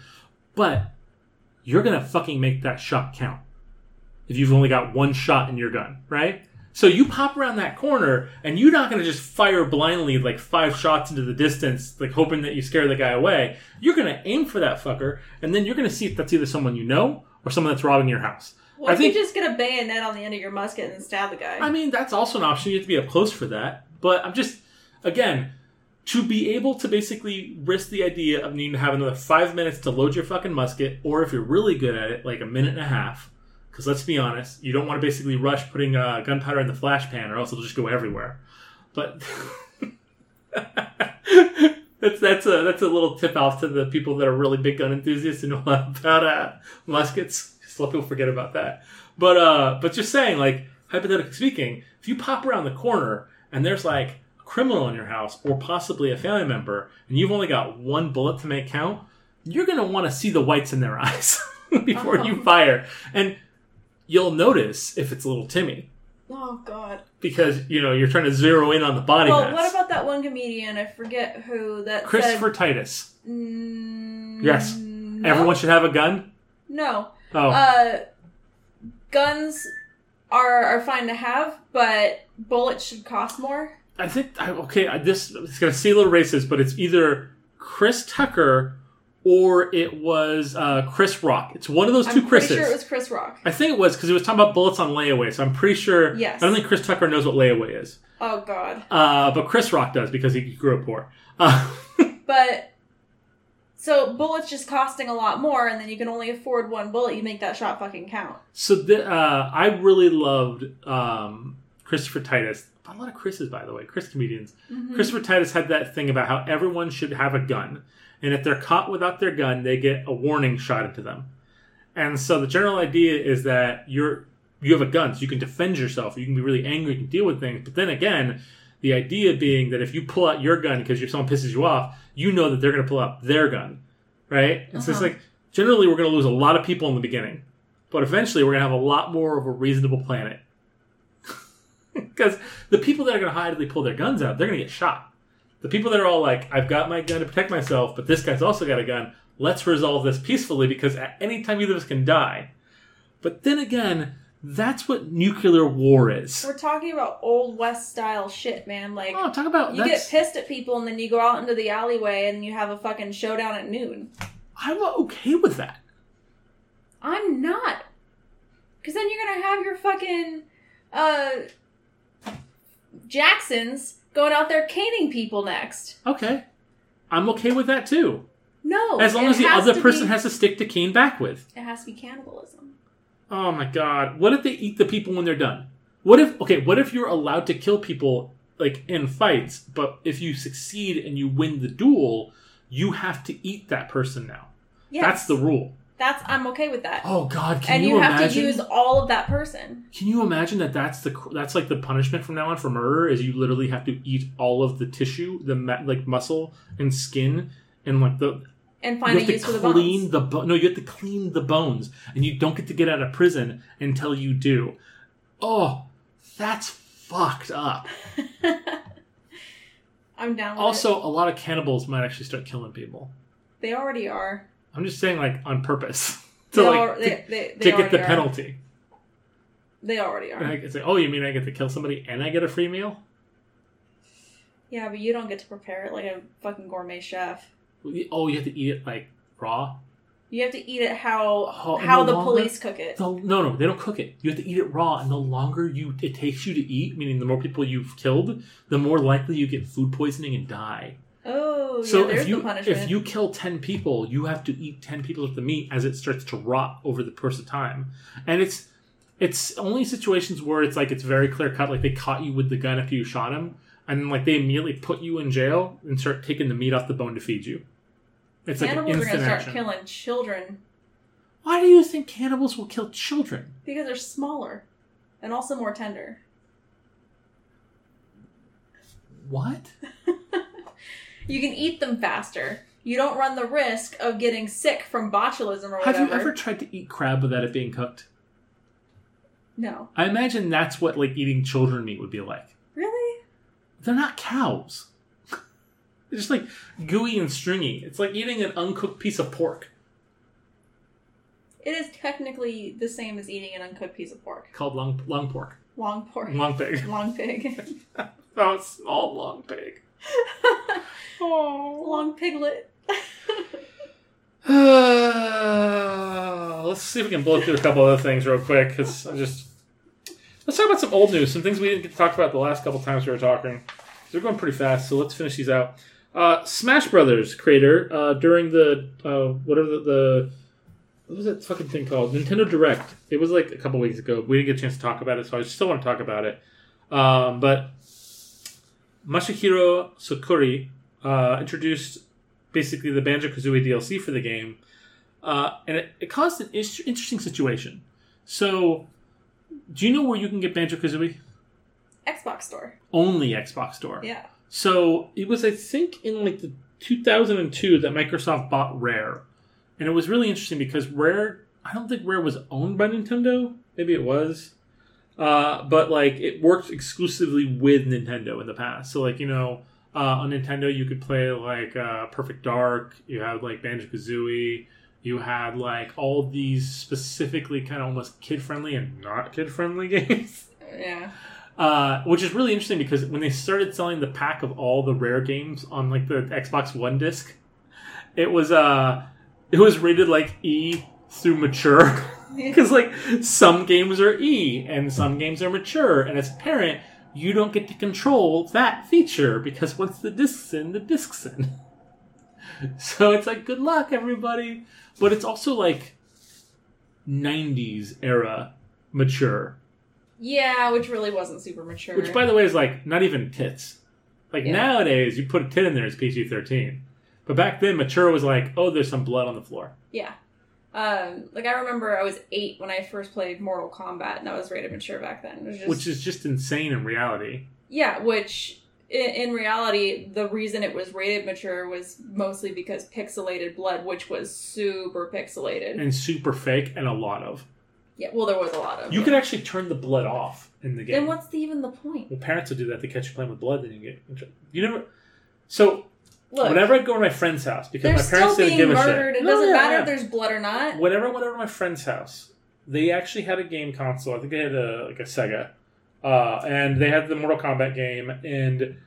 [SPEAKER 2] But you're gonna fucking make that shot count if you've only got one shot in your gun, right? So you pop around that corner and you're not going to just fire blindly like five shots into the distance, like hoping that you scare the guy away. You're going to aim for that fucker and then you're going to see if that's either someone you know or someone that's robbing your house.
[SPEAKER 3] well,
[SPEAKER 2] I
[SPEAKER 3] if you
[SPEAKER 2] think,
[SPEAKER 3] just get a bayonet on the end of your musket and stab the guy.
[SPEAKER 2] I mean, that's also an option. You have to be up close for that. But I'm just, again, to be able to basically risk the idea of needing to have another five minutes to load your fucking musket, or if you're really good at it, like a minute and a half. Because let's be honest, you don't want to basically rush putting uh, gunpowder in the flash pan, or else it'll just go everywhere. But that's that's a that's a little tip off to the people that are really big gun enthusiasts and know about uh, muskets. Just let people forget about that. But uh, but just saying, like hypothetically speaking, if you pop around the corner and there's like a criminal in your house or possibly a family member, and you've only got one bullet to make count, you're gonna want to see the whites in their eyes before you
[SPEAKER 3] Oh.
[SPEAKER 2] fire, and you'll notice if it's a little Timmy
[SPEAKER 3] Oh God.
[SPEAKER 2] because you know you're trying to zero in on the body
[SPEAKER 3] Well,
[SPEAKER 2] mass.
[SPEAKER 3] what about that one comedian? I forget who that
[SPEAKER 2] Christopher Titus?
[SPEAKER 3] said. Mm,
[SPEAKER 2] Yes.
[SPEAKER 3] no.
[SPEAKER 2] Everyone should have a gun.
[SPEAKER 3] No.
[SPEAKER 2] Oh,
[SPEAKER 3] Uh, guns are are fine to have, but bullets should cost more.
[SPEAKER 2] I think I, okay. I, this it's gonna see a little racist, but it's either Chris Tucker or it was uh, Chris Rock. It's one of those two
[SPEAKER 3] I'm pretty
[SPEAKER 2] Chris's.
[SPEAKER 3] sure it was Chris Rock.
[SPEAKER 2] I think it was because it was talking about bullets on layaway. So I'm pretty sure.
[SPEAKER 3] Yes.
[SPEAKER 2] I don't think Chris Tucker knows what layaway is,
[SPEAKER 3] Oh God.
[SPEAKER 2] uh, but Chris Rock does because he grew up poor. Uh,
[SPEAKER 3] But so bullets just costing a lot more, and then you can only afford one bullet. You make that shot fucking count.
[SPEAKER 2] So the, uh, I really loved um, Christopher Titus. A lot of Chris's, by the way, Chris comedians. Christopher Titus had that thing about how everyone should have a gun, and if they're caught without their gun, they get a warning shot into them. And so the general idea is that you're you have a gun, so you can defend yourself. You can be really angry, you can deal with things. But then again, the idea being that if you pull out your gun because someone pisses you off, you know that they're going to pull out their gun, right? And so it's
[SPEAKER 3] Uh-huh.
[SPEAKER 2] like generally we're going to lose a lot of people in the beginning but eventually we're gonna have a lot more of a reasonable planet because the people that are gonna hidely pull their guns out they're gonna get shot the people that are all like i've got my gun to protect myself but this guy's also got a gun let's resolve this peacefully because at any time either of us can die but then again that's what nuclear war is
[SPEAKER 3] We're talking about old west style shit, man. Like
[SPEAKER 2] oh talk about
[SPEAKER 3] you
[SPEAKER 2] that's,
[SPEAKER 3] get pissed at people, and then you go out into the alleyway, and you have a fucking showdown at noon.
[SPEAKER 2] i'm okay with that
[SPEAKER 3] I'm not. Because then you're going to have your fucking uh, Jacksons going out there caning people next.
[SPEAKER 2] okay i'm okay with that too
[SPEAKER 3] No.
[SPEAKER 2] as long
[SPEAKER 3] it
[SPEAKER 2] as the
[SPEAKER 3] has
[SPEAKER 2] other
[SPEAKER 3] to
[SPEAKER 2] person
[SPEAKER 3] be-
[SPEAKER 2] has to stick to keen back with
[SPEAKER 3] It has to be cannibalism.
[SPEAKER 2] Oh my god. What if they eat the people when they're done? What if okay, what if you're allowed to kill people like in fights, but if you succeed and you win the duel, you have to eat that person now.
[SPEAKER 3] Yes.
[SPEAKER 2] That's the rule.
[SPEAKER 3] That's, I'm okay with that.
[SPEAKER 2] Oh god, can
[SPEAKER 3] and
[SPEAKER 2] you,
[SPEAKER 3] you, have
[SPEAKER 2] imagine?
[SPEAKER 3] to use all of that person.
[SPEAKER 2] Can you imagine that that's the cr- that's like the punishment from now on for murder is you literally have to eat all of the tissue, the ma- like muscle and skin and like the
[SPEAKER 3] And find
[SPEAKER 2] you
[SPEAKER 3] a
[SPEAKER 2] have
[SPEAKER 3] use
[SPEAKER 2] to
[SPEAKER 3] for the
[SPEAKER 2] clean
[SPEAKER 3] bones.
[SPEAKER 2] the bo- no, you have to clean the bones, and you don't get to get out of prison until you do. Oh, that's fucked up.
[SPEAKER 3] I'm down with it.
[SPEAKER 2] Also, a lot of cannibals might actually start killing people.
[SPEAKER 3] They already are.
[SPEAKER 2] I'm just saying, like on purpose to
[SPEAKER 3] they
[SPEAKER 2] like
[SPEAKER 3] al-
[SPEAKER 2] to,
[SPEAKER 3] they, they,
[SPEAKER 2] to
[SPEAKER 3] they
[SPEAKER 2] get the
[SPEAKER 3] already are.
[SPEAKER 2] penalty.
[SPEAKER 3] They already are.
[SPEAKER 2] And I it's like, oh, you mean I get to kill somebody and I get a free meal?
[SPEAKER 3] Yeah, but you don't get to prepare it like a fucking gourmet chef.
[SPEAKER 2] Oh, you have to eat it like raw.
[SPEAKER 3] You have to eat it how
[SPEAKER 2] Oh, and
[SPEAKER 3] how
[SPEAKER 2] the
[SPEAKER 3] the
[SPEAKER 2] longer-
[SPEAKER 3] police cook it.
[SPEAKER 2] The, no, no, they don't cook it. You have to eat it raw, and the longer you it takes you to eat, meaning the more people you've killed, the more likely you get food poisoning and die.
[SPEAKER 3] Oh, yeah,
[SPEAKER 2] So
[SPEAKER 3] there's
[SPEAKER 2] if you
[SPEAKER 3] the punishment.
[SPEAKER 2] if you kill ten people, you have to eat ten people of the meat as it starts to rot over the course of time, and it's it's only situations where it's like it's very clear cut, like they caught you with the gun after you shot him, and then like they immediately put you in jail and start taking the meat off the bone to feed you. It's like an
[SPEAKER 3] cannibals are
[SPEAKER 2] instant
[SPEAKER 3] going to start
[SPEAKER 2] action.
[SPEAKER 3] killing children
[SPEAKER 2] Why do you think cannibals will kill children?
[SPEAKER 3] because they're smaller and also more tender.
[SPEAKER 2] What?
[SPEAKER 3] You can eat them faster. You don't run the risk of getting sick from botulism or
[SPEAKER 2] Have
[SPEAKER 3] whatever.
[SPEAKER 2] you ever tried to eat crab without it being cooked?
[SPEAKER 3] No,
[SPEAKER 2] I imagine that's what like eating children meat would be like.
[SPEAKER 3] really?
[SPEAKER 2] They're not cows. They're just like gooey and stringy. It's like eating an uncooked piece of pork
[SPEAKER 3] It is technically the same as eating an uncooked piece of pork.
[SPEAKER 2] called long long pork.
[SPEAKER 3] Long pork.
[SPEAKER 2] Long pig.
[SPEAKER 3] Long pig.
[SPEAKER 2] Oh, it's all long pig. oh.
[SPEAKER 3] Long piglet.
[SPEAKER 2] let's see if we can blow through a couple other things real quick because I just let's talk about some old news, some things we didn't get to talk about the last couple times we were talking. They're going pretty fast, so let's finish these out. Uh, Smash Brothers creator uh, during the uh, whatever the, the what was that fucking thing called Nintendo Direct. It was like a couple weeks ago. We didn't get a chance to talk about it, so I still want to talk about it. Um, but Masahiro Sukuri uh, introduced basically the Banjo Kazooie DLC for the game, uh, and it, it caused an is- interesting situation. So, do you know where you can get Banjo Kazooie?
[SPEAKER 3] Xbox store.
[SPEAKER 2] Only Xbox Store.
[SPEAKER 3] Yeah.
[SPEAKER 2] So it was, I think, in like the 2002 that Microsoft bought Rare, and it was really interesting because Rare, I don't think Rare was owned by Nintendo. Maybe it was, uh, but like it worked exclusively with Nintendo in the past. So like you know, uh, on Nintendo you could play like uh, Perfect Dark. You had like Banjo Kazooie. You had like all these specifically kind of almost kid friendly and not kid friendly games.
[SPEAKER 3] Yeah.
[SPEAKER 2] Uh, which is really interesting because when they started selling the pack of all the rare games on like the Xbox One disc, it was uh, it was rated like E through mature because like some games are E and some games are mature, and as a parent, you don't get to control that feature because once the disc's in, the disc's in. so it's like good luck, everybody. But it's also like '90s era mature.
[SPEAKER 3] Yeah, which really wasn't super mature.
[SPEAKER 2] Which, by the way, is like not even tits. Like
[SPEAKER 3] Yeah.
[SPEAKER 2] nowadays, you put a tit in there, it's PG thirteen. But back then, mature was like, oh, there's some blood on the floor.
[SPEAKER 3] yeah. Um, like I remember I was eight when I first played Mortal Kombat, and that was rated mature back then. It was just,
[SPEAKER 2] Which is just insane in reality.
[SPEAKER 3] yeah, which in, in reality, the reason it was rated mature was mostly because pixelated blood, which was super pixelated.
[SPEAKER 2] And super fake and a lot of.
[SPEAKER 3] Yeah, well, there was a lot of.
[SPEAKER 2] You
[SPEAKER 3] it.
[SPEAKER 2] could actually turn the blood off in the game.
[SPEAKER 3] Then what's the, even the point?
[SPEAKER 2] Well, parents will do that. They catch you playing with blood, then you get. in tr- You never. So,
[SPEAKER 3] Look,
[SPEAKER 2] whenever I go to my friend's house, because
[SPEAKER 3] they're
[SPEAKER 2] my parents
[SPEAKER 3] still
[SPEAKER 2] didn't
[SPEAKER 3] being
[SPEAKER 2] give a
[SPEAKER 3] murdered.
[SPEAKER 2] shit.
[SPEAKER 3] It
[SPEAKER 2] No,
[SPEAKER 3] doesn't
[SPEAKER 2] yeah,
[SPEAKER 3] matter
[SPEAKER 2] yeah.
[SPEAKER 3] if there's blood or not.
[SPEAKER 2] Whenever I went over to my friend's house, they actually had a game console. I think they had a like a Sega, uh, and they had the Mortal Kombat game. And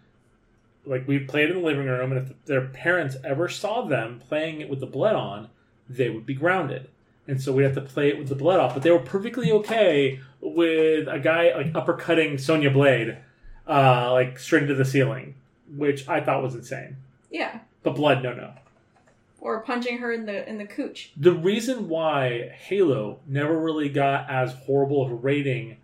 [SPEAKER 2] like we played in the living room, and if their parents ever saw them playing it with the blood on, they would be grounded. And so we had to play it with the blood off. But they were perfectly okay with a guy like uppercutting Sonya Blade, uh, like straight into the ceiling, which I thought was insane.
[SPEAKER 3] Yeah,
[SPEAKER 2] But blood, no, no.
[SPEAKER 3] or punching her in the in the cooch.
[SPEAKER 2] The reason why Halo never really got as horrible of a rating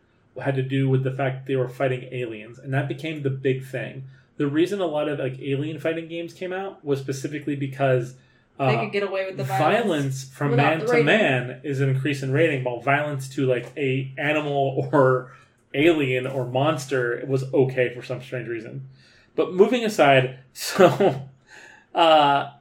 [SPEAKER 2] had to do with the fact they were fighting aliens, and that became the big thing. The reason a lot of like alien fighting games came out was specifically because
[SPEAKER 3] They
[SPEAKER 2] uh,
[SPEAKER 3] could get away with the violence.
[SPEAKER 2] violence from
[SPEAKER 3] without
[SPEAKER 2] man
[SPEAKER 3] the
[SPEAKER 2] to
[SPEAKER 3] rating.
[SPEAKER 2] man is an increase in rating, while violence to like a animal or alien or monster was okay for some strange reason. But moving aside, so uh,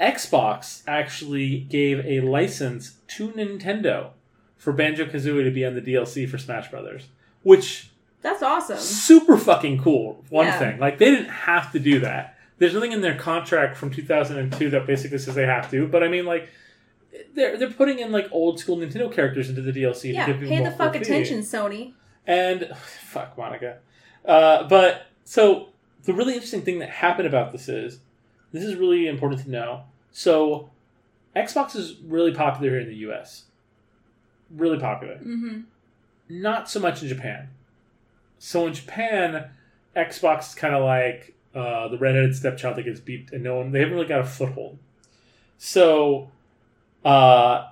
[SPEAKER 2] Xbox actually gave a license to Nintendo for Banjo Kazooie to be on the DLC for Smash Brothers, which
[SPEAKER 3] That's awesome.
[SPEAKER 2] super fucking cool. One
[SPEAKER 3] Yeah.
[SPEAKER 2] thing, like they didn't have to do that. There's nothing in their contract from 2002 that basically says they have to. But I mean, like they're they're putting in like old school Nintendo characters into the DLC
[SPEAKER 3] Yeah,
[SPEAKER 2] to give people
[SPEAKER 3] pay the
[SPEAKER 2] more
[SPEAKER 3] fuck
[SPEAKER 2] fee.
[SPEAKER 3] attention, Sony.
[SPEAKER 2] And fuck Monica. Uh, but so the really interesting thing that happened about this is this is really important to know. So Xbox is really popular here in the U.S. Really popular
[SPEAKER 3] hmm
[SPEAKER 2] not so much in Japan. So in Japan, Xbox is kind of like uh, the redheaded stepchild that gets beat, and no one they haven't really got a foothold. So uh,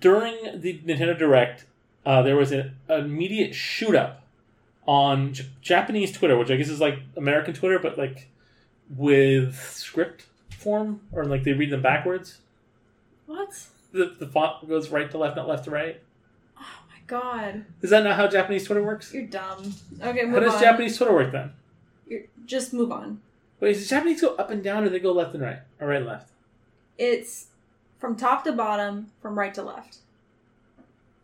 [SPEAKER 2] during the Nintendo Direct, uh, there was an immediate shoot up on J- Japanese Twitter, which I guess is like American Twitter, but like with script form, or like they read them backwards.
[SPEAKER 3] What?
[SPEAKER 2] The, the font goes right to left, not left to right.
[SPEAKER 3] Oh my god,
[SPEAKER 2] Is that not how Japanese Twitter works?
[SPEAKER 3] you're dumb. Okay, move
[SPEAKER 2] How does
[SPEAKER 3] on.
[SPEAKER 2] Japanese Twitter work then?
[SPEAKER 3] You're, just move on.
[SPEAKER 2] Wait, does Japanese go up and down or they go left and right? Or right and left?
[SPEAKER 3] It's from top to bottom, from right to left.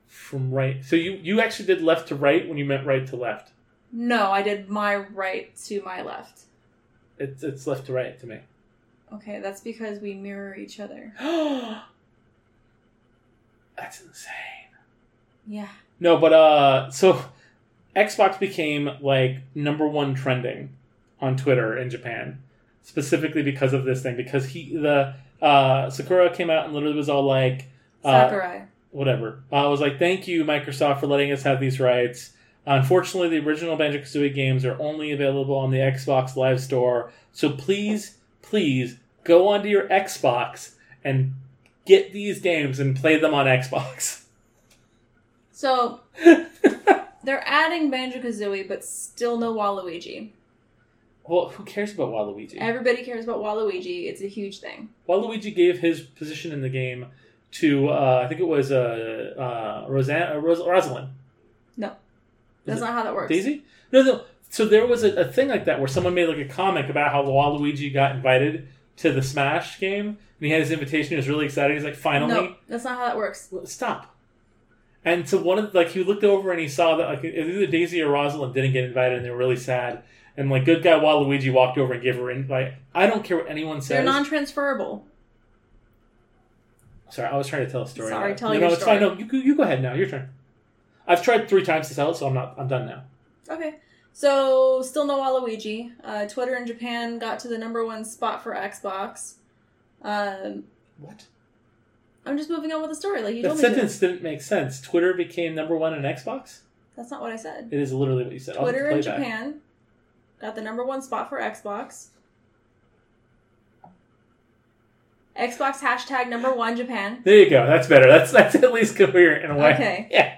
[SPEAKER 2] From right. So you, you actually did left to right when you meant right to left.
[SPEAKER 3] No, I did my right to my left.
[SPEAKER 2] It's, it's left to right to me.
[SPEAKER 3] Okay, that's because we mirror each other.
[SPEAKER 2] That's insane.
[SPEAKER 3] Yeah.
[SPEAKER 2] No, but uh, so Xbox became like number one trending on Twitter in Japan, specifically because of this thing. Because he, the, uh, Sakura came out and literally was all like, uh,
[SPEAKER 3] Sakurai.
[SPEAKER 2] whatever. Uh, I was like, thank you, Microsoft, for letting us have these rights. Unfortunately, the original Banjo Kazooie games are only available on the Xbox Live Store, so please please go onto your Xbox and get these games and play them on Xbox.
[SPEAKER 3] So they're adding Banjo Kazooie, but still no Waluigi.
[SPEAKER 2] Well, who cares about Waluigi?
[SPEAKER 3] Everybody cares about Waluigi. It's a huge thing.
[SPEAKER 2] Waluigi gave his position in the game to uh, I think it was uh, uh, Roseanne, uh, Ros- Rosalind.
[SPEAKER 3] No. That's
[SPEAKER 2] it
[SPEAKER 3] not how that works.
[SPEAKER 2] Daisy? No, no. So there was a, a thing like that where someone made like a comic about how Waluigi got invited to the Smash game, and he had his invitation. He was really excited. He's like, finally,
[SPEAKER 3] No, that's not how that works.
[SPEAKER 2] stop. And so one of like he looked over and he saw that like either Daisy or Rosalind didn't get invited, and they were really sad. And like good guy Waluigi walked over and gave her an invite. I don't care what anyone says.
[SPEAKER 3] They're non transferable.
[SPEAKER 2] Sorry, I was trying to tell a story.
[SPEAKER 3] Sorry,
[SPEAKER 2] now.
[SPEAKER 3] tell
[SPEAKER 2] no,
[SPEAKER 3] your
[SPEAKER 2] no, it's
[SPEAKER 3] story.
[SPEAKER 2] fine. No, you, go- you go ahead now. Your turn. I've tried three times to tell it, so I'm not. I'm done now.
[SPEAKER 3] Okay. So, still no Waluigi. Uh, Twitter in Japan got to the number one spot for Xbox. Um,
[SPEAKER 2] What?
[SPEAKER 3] I'm just moving on with the story, like you
[SPEAKER 2] That
[SPEAKER 3] told me. to.
[SPEAKER 2] sentence didn't make sense. Twitter became number one in Xbox.
[SPEAKER 3] That's not what I said.
[SPEAKER 2] It is literally what you said. I'll have to
[SPEAKER 3] Twitter in
[SPEAKER 2] play back.
[SPEAKER 3] Japan got the number one spot for Xbox. Xbox hashtag number one Japan.
[SPEAKER 2] There you go. That's better. That's that's at least coherent in a way.
[SPEAKER 3] Okay.
[SPEAKER 2] Yeah.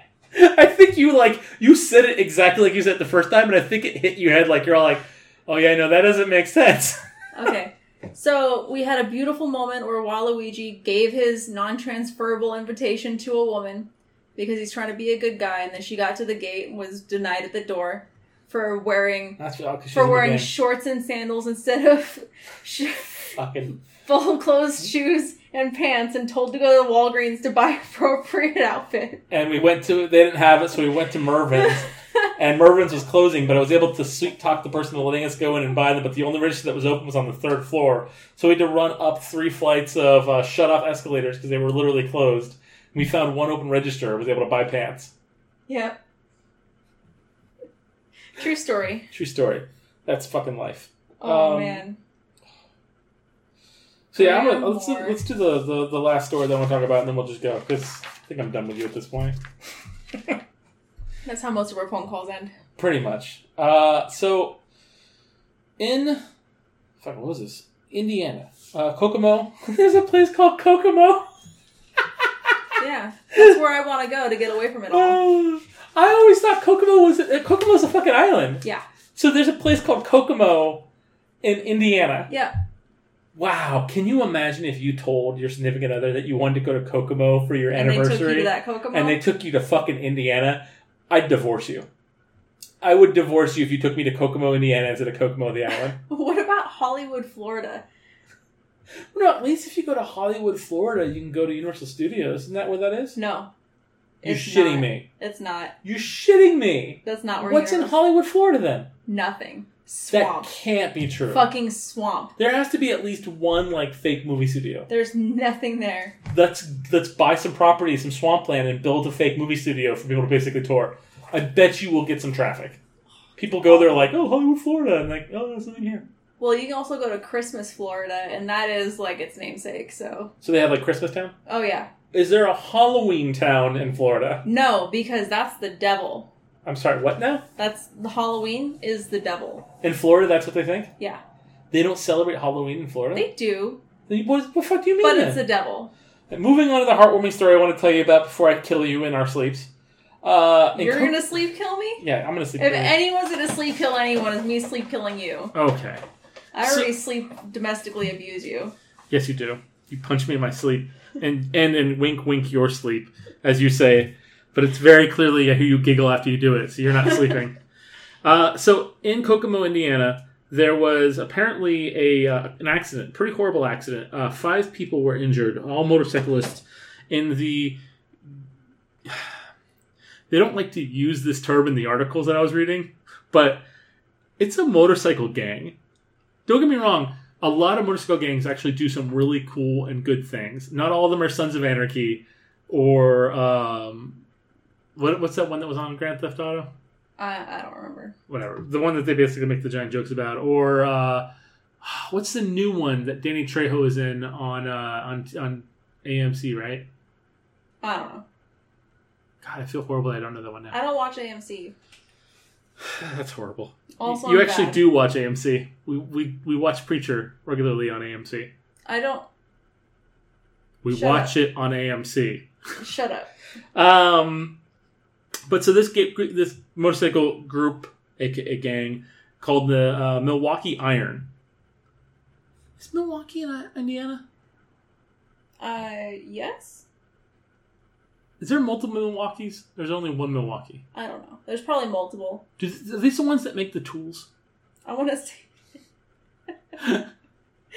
[SPEAKER 2] I think you like you said it exactly like you said it the first time, and I think it hit your head like you're all like, "Oh yeah, no, that doesn't make sense."
[SPEAKER 3] Okay. So we had a beautiful moment where Waluigi gave his non transferable invitation to a woman because he's trying to be a good guy, and then she got to the gate and was denied at the door for wearing
[SPEAKER 2] That's what, cause she's in
[SPEAKER 3] for
[SPEAKER 2] the
[SPEAKER 3] wearing
[SPEAKER 2] game.
[SPEAKER 3] shorts and sandals instead of sh-
[SPEAKER 2] fucking
[SPEAKER 3] full clothes shoes and pants and told to go to Walgreens to buy appropriate outfit.
[SPEAKER 2] and we went to they didn't have it, so we went to Mervin's. and Mervin's was closing, but I was able to sweet talk the person to letting us go in and buy them. But the only register that was open was on the third floor, so we had to run up three flights of uh, shut off escalators because they were literally closed. We found one open register. I was able to buy pants.
[SPEAKER 3] yeah. True story.
[SPEAKER 2] True story. That's fucking life.
[SPEAKER 3] Oh
[SPEAKER 2] Um,
[SPEAKER 3] man.
[SPEAKER 2] So yeah, I'm
[SPEAKER 3] Three
[SPEAKER 2] gonna,
[SPEAKER 3] or
[SPEAKER 2] let's
[SPEAKER 3] more.
[SPEAKER 2] let's do the, the the last story that I want to talk about, and then we'll just go because I think I'm done with you at this point.
[SPEAKER 3] That's how most of our phone calls end.
[SPEAKER 2] Pretty much. Uh, so, in fuck, what was this? Indiana, uh, Kokomo. There's a place called Kokomo.
[SPEAKER 3] Yeah. That's where I want to go to get away from it all.
[SPEAKER 2] Oh, I always thought Kokomo was uh, Kokomo's a fucking island.
[SPEAKER 3] Yeah.
[SPEAKER 2] So there's a place called Kokomo in Indiana.
[SPEAKER 3] Yeah.
[SPEAKER 2] Wow, can you imagine if you told your significant other that you wanted to go to Kokomo for your
[SPEAKER 3] And they
[SPEAKER 2] anniversary?
[SPEAKER 3] took you to that Kokomo.
[SPEAKER 2] and they took you to fucking Indiana, I'd divorce you. I would divorce you if you took me to Kokomo, Indiana instead of Kokomo, the island.
[SPEAKER 3] what about Hollywood, Florida?
[SPEAKER 2] no, at least if you go to Hollywood, Florida, you can go to Universal Studios. Isn't that where that is?
[SPEAKER 3] No.
[SPEAKER 2] You're
[SPEAKER 3] It's
[SPEAKER 2] shitting
[SPEAKER 3] not.
[SPEAKER 2] me.
[SPEAKER 3] It's not.
[SPEAKER 2] You're shitting me.
[SPEAKER 3] That's not where
[SPEAKER 2] What's
[SPEAKER 3] you're
[SPEAKER 2] in Hollywood, Florida then?
[SPEAKER 3] Nothing. Swamp.
[SPEAKER 2] That can't be true.
[SPEAKER 3] Fucking swamp.
[SPEAKER 2] There has to be at least one like fake movie studio.
[SPEAKER 3] There's nothing there.
[SPEAKER 2] Let's let's buy some property, some swampland, and build a fake movie studio for people to basically tour. I bet you will get some traffic. People go there like, oh, Hollywood, Florida, and like, oh, there's nothing here.
[SPEAKER 3] Well, you can also go to Christmas, Florida, and that is like its namesake. So,
[SPEAKER 2] So they have like Christmas Town.
[SPEAKER 3] oh yeah,
[SPEAKER 2] Is there a Halloween town in Florida?
[SPEAKER 3] no, because that's the devil.
[SPEAKER 2] I'm sorry, what now?
[SPEAKER 3] That's the Halloween is the devil.
[SPEAKER 2] In Florida, that's what they think.
[SPEAKER 3] Yeah,
[SPEAKER 2] They don't celebrate Halloween in Florida.
[SPEAKER 3] they do,
[SPEAKER 2] They- what, what the fuck do you mean?
[SPEAKER 3] but
[SPEAKER 2] then?
[SPEAKER 3] it's the devil.
[SPEAKER 2] Moving on to the heartwarming story I want to tell you about before I kill you in our sleeps. Uh, in
[SPEAKER 3] You're
[SPEAKER 2] Co-
[SPEAKER 3] gonna sleep kill me.
[SPEAKER 2] yeah, I'm gonna sleep.
[SPEAKER 3] If
[SPEAKER 2] with you.
[SPEAKER 3] anyone's gonna sleep kill anyone, it's me sleep killing you.
[SPEAKER 2] okay.
[SPEAKER 3] I
[SPEAKER 2] So-
[SPEAKER 3] already sleep domestically abuse you.
[SPEAKER 2] Yes, you do. You punch me in my sleep, and and and wink, wink your sleep, as you say. But it's very clearly I hear you giggle after you do it, so you're not sleeping. uh, so in Kokomo, Indiana, there was apparently a uh, an accident, pretty horrible accident. Uh, five people were injured, all motorcyclists, in the. They don't like to use this term in the articles that I was reading, but it's a motorcycle gang. Don't get me wrong, a lot of motorcycle gangs actually do some really cool and good things. Not all of them are Sons of Anarchy or um, what, what's that one that was on Grand Theft Auto?
[SPEAKER 3] I, I don't remember.
[SPEAKER 2] Whatever. The one that they basically make the giant jokes about. Or uh, what's the new one that Danny Trejo is in on, uh, on, on AMC, right?
[SPEAKER 3] I don't know. Uh,
[SPEAKER 2] God, I feel horrible that I don't know that one now.
[SPEAKER 3] I don't watch AMC.
[SPEAKER 2] That's horrible.
[SPEAKER 3] Also,
[SPEAKER 2] you
[SPEAKER 3] I'm
[SPEAKER 2] actually
[SPEAKER 3] bad.
[SPEAKER 2] do watch AMC. We, we we watch Preacher regularly on AMC.
[SPEAKER 3] I don't.
[SPEAKER 2] We
[SPEAKER 3] Shut
[SPEAKER 2] watch it on AMC.
[SPEAKER 3] Shut up.
[SPEAKER 2] Um, but so this ga- this motorcycle group, aka gang, called the uh, Milwaukee Iron. Is Milwaukee in uh, Indiana?
[SPEAKER 3] Uh, yes.
[SPEAKER 2] Is there multiple Milwaukees? There's only one Milwaukee.
[SPEAKER 3] I don't know. There's probably multiple.
[SPEAKER 2] Do, are these the ones that make the tools?
[SPEAKER 3] I want to say.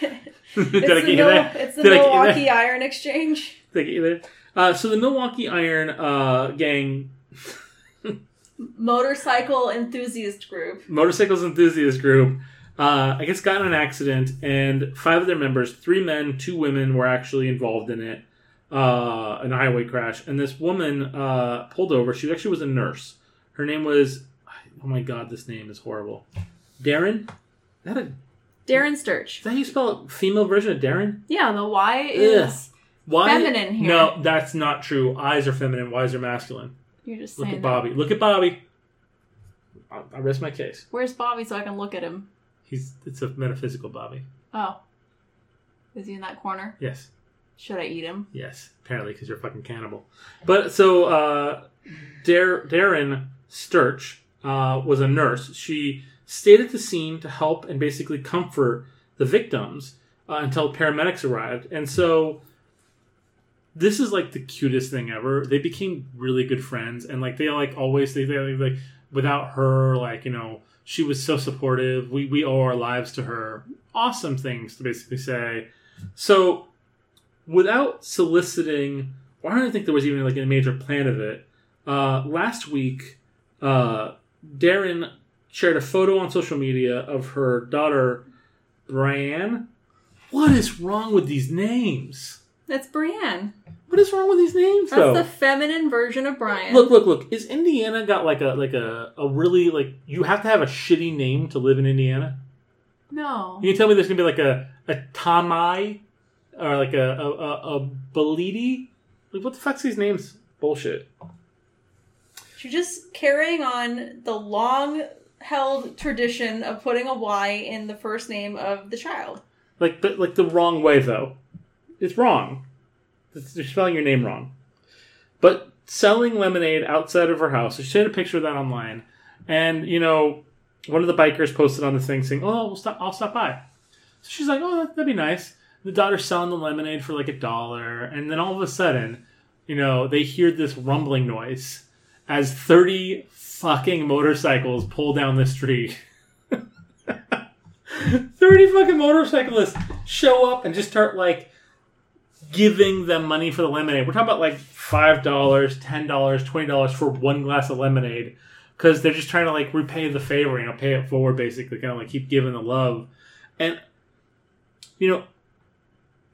[SPEAKER 2] Did
[SPEAKER 3] it's,
[SPEAKER 2] I
[SPEAKER 3] the
[SPEAKER 2] get you
[SPEAKER 3] Mil-
[SPEAKER 2] there?
[SPEAKER 3] it's the
[SPEAKER 2] Did I get you there?
[SPEAKER 3] Milwaukee Iron Exchange.
[SPEAKER 2] Did I get you there? Uh, so the Milwaukee Iron uh, gang,
[SPEAKER 3] Motorcycle enthusiast group.
[SPEAKER 2] motorcycles enthusiast group, uh, I guess got in an accident, and five of their members, three men, two women, were actually involved in it, uh, an highway crash. And this woman uh, pulled over. She actually was a nurse. Her name was, oh my god, this name is horrible. Darren. Is that, a, is
[SPEAKER 3] Darren Sturch.
[SPEAKER 2] that how you spell it? female version of Darren?
[SPEAKER 3] Yeah, the Y is.
[SPEAKER 2] Why?
[SPEAKER 3] Feminine here.
[SPEAKER 2] No, that's not true. Eyes are feminine. Y's are masculine.
[SPEAKER 3] You're just
[SPEAKER 2] Look
[SPEAKER 3] saying.
[SPEAKER 2] at
[SPEAKER 3] that.
[SPEAKER 2] Bobby. Look at Bobby. I I rest my case.
[SPEAKER 3] Where's Bobby so I can look at him?
[SPEAKER 2] He's it's a metaphysical Bobby.
[SPEAKER 3] Oh. Is he in that corner?
[SPEAKER 2] Yes,
[SPEAKER 3] Should I eat him?
[SPEAKER 2] yes. Apparently, because you're a fucking cannibal. But so uh, Dar- Darren Sturch uh, was a nurse. She stayed at the scene to help and basically comfort the victims uh, until paramedics arrived. And so this is like the cutest thing ever. They became really good friends, and like they like always they, they like without her like you know she was so supportive. We we owe our lives to her. Awesome things to basically say. So without soliciting, well, I don't think there was even like a major plan of it. Uh, last week, uh, Darren shared a photo on social media of her daughter, Brianne. What is wrong with these names?
[SPEAKER 3] That's Brienne.
[SPEAKER 2] What is wrong with these names,
[SPEAKER 3] That's
[SPEAKER 2] though?
[SPEAKER 3] the feminine version of Brian.
[SPEAKER 2] look, look, look. Is Indiana got like a like a, a really like you have to have a shitty name to live in Indiana?
[SPEAKER 3] No.
[SPEAKER 2] You can tell me there's gonna be like a a Tamai or like a a, a, a Belidi? Like what the fuck's these names? Bullshit.
[SPEAKER 3] You're just carrying on the long held tradition of putting a Y in the first name of the child.
[SPEAKER 2] Like but like the wrong way though. It's wrong. It's- They're spelling your name wrong. But selling lemonade outside of her house. She shared a picture of that online, and you know, one of the bikers posted on the thing saying, "Oh, we'll stop. I'll stop by." So she's like, "Oh, that'd be nice." The daughter's selling the lemonade for like a dollar, and then all of a sudden, you know, they hear this rumbling noise as thirty fucking motorcycles pull down the street. thirty fucking motorcyclists show up and just start like giving them money for the lemonade. We're talking about like five dollars, ten dollars, twenty dollars for one glass of lemonade because they're just trying to like repay the favor, you know, pay it forward, basically, kind of like keep giving the love. And you know,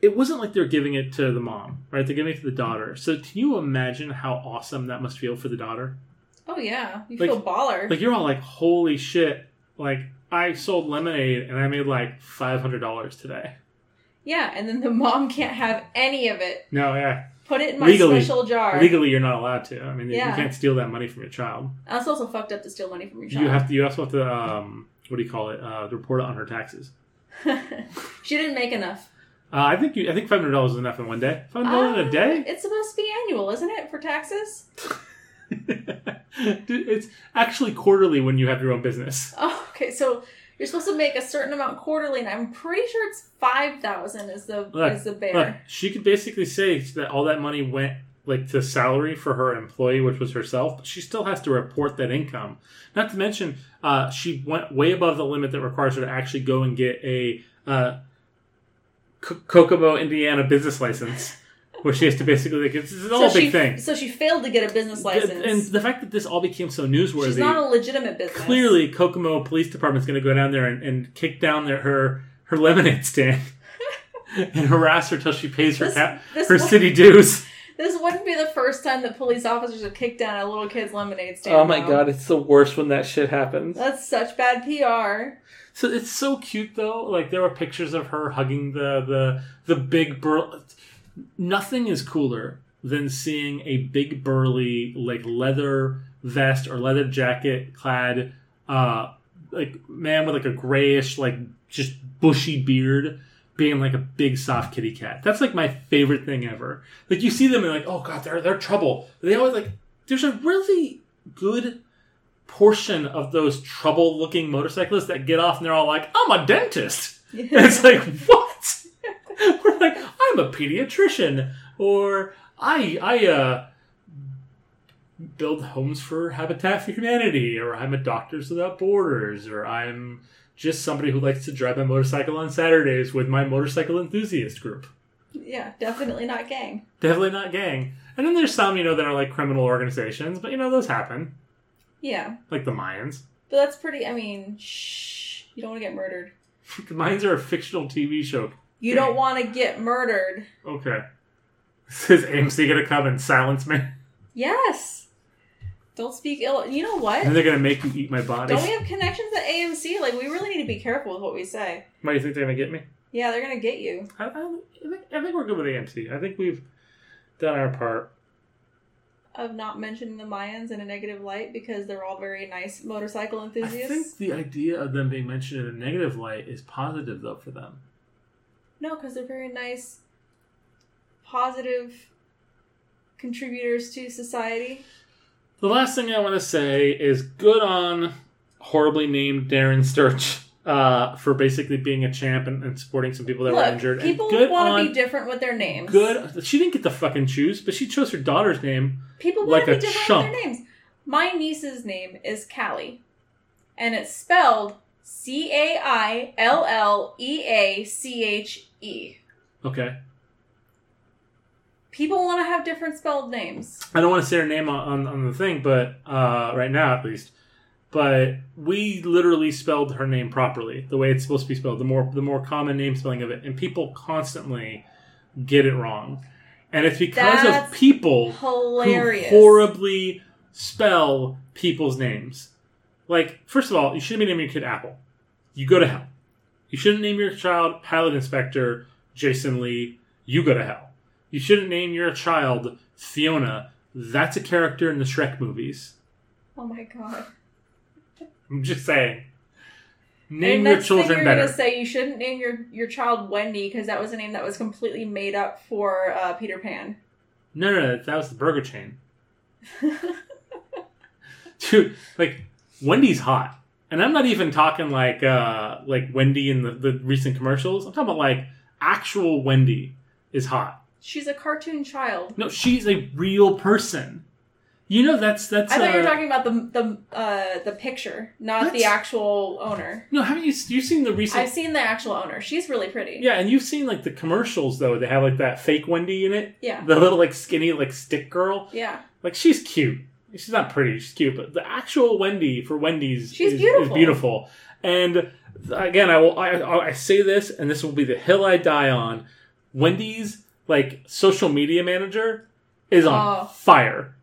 [SPEAKER 2] it wasn't like they're giving it to the mom, right? They're giving it to the daughter. So can you imagine how awesome that must feel for the daughter?
[SPEAKER 3] Oh yeah. You
[SPEAKER 2] Like-
[SPEAKER 3] feel baller.
[SPEAKER 2] Like you're all like, holy shit! Like I sold lemonade and I made like five hundred dollars today.
[SPEAKER 3] yeah, and then the mom can't have any of it.
[SPEAKER 2] No, yeah.
[SPEAKER 3] Put it in my
[SPEAKER 2] Legally.
[SPEAKER 3] special jar.
[SPEAKER 2] Legally, you're not allowed to. I mean, you
[SPEAKER 3] Yeah.
[SPEAKER 2] can't steal that money from your child.
[SPEAKER 3] That's also fucked up to steal money from your child.
[SPEAKER 2] You have to. You also have to. Um, what do you call it? Uh, report it on her taxes.
[SPEAKER 3] she didn't make enough.
[SPEAKER 2] Uh, I think you. I think five hundred dollars is enough in one day. Five hundred dollars in a
[SPEAKER 3] Uh,
[SPEAKER 2] day.
[SPEAKER 3] It's supposed to be annual, isn't it, for taxes?
[SPEAKER 2] Dude, it's actually quarterly when you have your own business.
[SPEAKER 3] Oh, okay. So you're supposed to make a certain amount quarterly, and I'm pretty sure it's five thousand is the
[SPEAKER 2] Look,
[SPEAKER 3] is the bear.
[SPEAKER 2] Look, she could basically say that all that money went like to salary for her employee, which was herself. But she still has to report that income. Not to mention, uh, she went way above the limit that requires her to actually go and get a uh, C- Kokomo, Indiana business license, where she has to basically like it's, it's all a
[SPEAKER 3] so
[SPEAKER 2] big
[SPEAKER 3] she,
[SPEAKER 2] thing.
[SPEAKER 3] So she failed to get a business
[SPEAKER 2] Th-
[SPEAKER 3] license.
[SPEAKER 2] And the fact that this all became so newsworthy.
[SPEAKER 3] She's not a legitimate business.
[SPEAKER 2] clearly Kokomo Police Department's going to go down there and, and kick down their, her her lemonade stand and harass her till she pays her
[SPEAKER 3] This-
[SPEAKER 2] ca-
[SPEAKER 3] this
[SPEAKER 2] her
[SPEAKER 3] one-
[SPEAKER 2] city dues.
[SPEAKER 3] this wouldn't be the first time that police officers have kicked down a little kid's lemonade stand.
[SPEAKER 2] Oh
[SPEAKER 3] though.
[SPEAKER 2] it's the worst when that shit happens.
[SPEAKER 3] that's such bad PR.
[SPEAKER 2] So it's so cute though. Like there were pictures of her hugging the the the big bur. Nothing is cooler than seeing a big burly like leather vest or leather jacket clad uh like man with like a grayish like just bushy beard being like a big soft kitty cat. That's like my favorite thing ever. Like you see them and like, oh god, they're they're trouble. They always like there's a really good portion of those trouble looking motorcyclists that get off and they're all like, I'm a dentist. And it's like, what? We're like, I'm a pediatrician or I I uh build homes for Habitat for Humanity, or I'm a Doctors Without Borders, or I'm just somebody who likes to drive my motorcycle on Saturdays with my motorcycle enthusiast group.
[SPEAKER 3] yeah, definitely not gang.
[SPEAKER 2] Definitely not gang. And then there's some, you know, that are like criminal organizations, but you know, those happen.
[SPEAKER 3] Yeah,
[SPEAKER 2] Like the Mayans.
[SPEAKER 3] but that's pretty. I mean, shh, you don't want to get murdered.
[SPEAKER 2] The Mayans are a fictional TV show.
[SPEAKER 3] You don't want to get murdered.
[SPEAKER 2] Okay. Is AMC gonna come and silence me?
[SPEAKER 3] Yes. Don't speak ill. You know
[SPEAKER 2] And
[SPEAKER 3] what?
[SPEAKER 2] they're gonna make you eat my body.
[SPEAKER 3] Don't we have connections at AMC? Like, we really need to be careful with what we say.
[SPEAKER 2] Why do you think they're gonna get me?
[SPEAKER 3] Yeah, they're gonna get you.
[SPEAKER 2] I, I, I think, I think we're good with AMC. I think we've done our part.
[SPEAKER 3] Of not mentioning the Mayans in a negative light because they're all very nice motorcycle
[SPEAKER 2] I
[SPEAKER 3] enthusiasts.
[SPEAKER 2] think the idea of them being mentioned in a negative light is positive, though, for them.
[SPEAKER 3] No, because they're very nice, positive contributors to society.
[SPEAKER 2] The last thing I want to say is good on horribly named Darren Sturch uh, for basically being a champ and, and supporting some people that were
[SPEAKER 3] Look,
[SPEAKER 2] injured. And
[SPEAKER 3] people
[SPEAKER 2] good
[SPEAKER 3] want to
[SPEAKER 2] on
[SPEAKER 3] be different with their names.
[SPEAKER 2] good. She didn't get to fucking choose, but she chose her daughter's name.
[SPEAKER 3] People
[SPEAKER 2] like
[SPEAKER 3] want to
[SPEAKER 2] a
[SPEAKER 3] be different
[SPEAKER 2] chump.
[SPEAKER 3] with their names. My niece's name is Callie, and it's spelled C A I L L E A C H E.
[SPEAKER 2] Okay,
[SPEAKER 3] People want to have different spelled names.
[SPEAKER 2] I don't want to say her name on, on, on the thing, but uh, right now at least. But we literally spelled her name properly, the way it's supposed to be spelled, the more the more common name spelling of it, and people constantly get it wrong. And it's because of
[SPEAKER 3] That's
[SPEAKER 2] people
[SPEAKER 3] Hilarious.
[SPEAKER 2] who horribly spell people's names. Like, first of all, you shouldn't be naming your kid Apple. You go to hell. You shouldn't name your child Pilot Inspector Jason Lee. You go to hell. You shouldn't name your child Fiona. That's a character in the Shrek movies.
[SPEAKER 3] Oh my god.
[SPEAKER 2] I'm just saying.
[SPEAKER 3] And
[SPEAKER 2] Name your
[SPEAKER 3] next thing
[SPEAKER 2] children
[SPEAKER 3] you're
[SPEAKER 2] better.
[SPEAKER 3] Gonna say you shouldn't name your, your child Wendy because that was a name that was completely made up for uh, Peter Pan.
[SPEAKER 2] No, no, no, that was the burger chain. Dude, like Wendy's hot, and I'm not even talking like uh like Wendy in the, the recent commercials. I'm talking about like actual Wendy is hot.
[SPEAKER 3] She's a cartoon child.
[SPEAKER 2] No, she's a real person. You know that's that's.
[SPEAKER 3] I thought you were
[SPEAKER 2] uh,
[SPEAKER 3] talking about the the uh, the picture, not
[SPEAKER 2] What?
[SPEAKER 3] the actual owner.
[SPEAKER 2] No, haven't you you seen the recent?
[SPEAKER 3] I've seen the actual owner. She's really pretty.
[SPEAKER 2] yeah, and you've seen like the commercials though. They have like that fake Wendy in it,
[SPEAKER 3] Yeah.
[SPEAKER 2] the little like skinny like stick girl.
[SPEAKER 3] Yeah.
[SPEAKER 2] Like she's cute. She's not pretty. She's cute, but the actual Wendy for Wendy's
[SPEAKER 3] She's
[SPEAKER 2] is,
[SPEAKER 3] beautiful.
[SPEAKER 2] is beautiful. And again, I will. I, I I say this, and this will be the hill I die on. Wendy's like social media manager is on
[SPEAKER 3] Oh.
[SPEAKER 2] fire.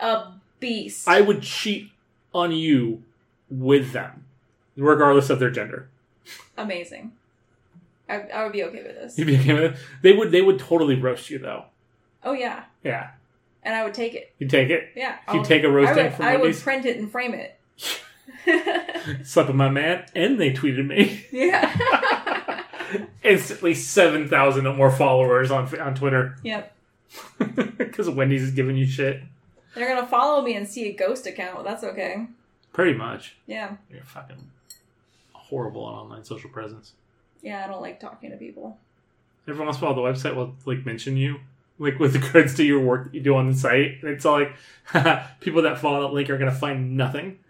[SPEAKER 3] A beast.
[SPEAKER 2] I would cheat on you with them, regardless of their gender.
[SPEAKER 3] Amazing. I, I would be okay with this.
[SPEAKER 2] You'd be okay with it? They would. They would totally roast you though.
[SPEAKER 3] Oh yeah,
[SPEAKER 2] Yeah,
[SPEAKER 3] and I would take it.
[SPEAKER 2] you take it.
[SPEAKER 3] Yeah.
[SPEAKER 2] You take a
[SPEAKER 3] Oh, I
[SPEAKER 2] roasting
[SPEAKER 3] would,
[SPEAKER 2] from
[SPEAKER 3] I would
[SPEAKER 2] Wendy's.
[SPEAKER 3] print it and frame it.
[SPEAKER 2] Slept with my man, and they tweeted me.
[SPEAKER 3] yeah.
[SPEAKER 2] instantly 7,000 more followers on on Twitter
[SPEAKER 3] yep.
[SPEAKER 2] because Wendy's is giving you shit.
[SPEAKER 3] They're gonna follow me and see a ghost account. That's okay.
[SPEAKER 2] Pretty much.
[SPEAKER 3] Yeah.
[SPEAKER 2] You're fucking horrible on online social presence.
[SPEAKER 3] Yeah. I don't like talking to people.
[SPEAKER 2] Every once in a while, the website will like mention you, like with regards to your work that you do on the site. And it's all like, people that follow that link are gonna find nothing.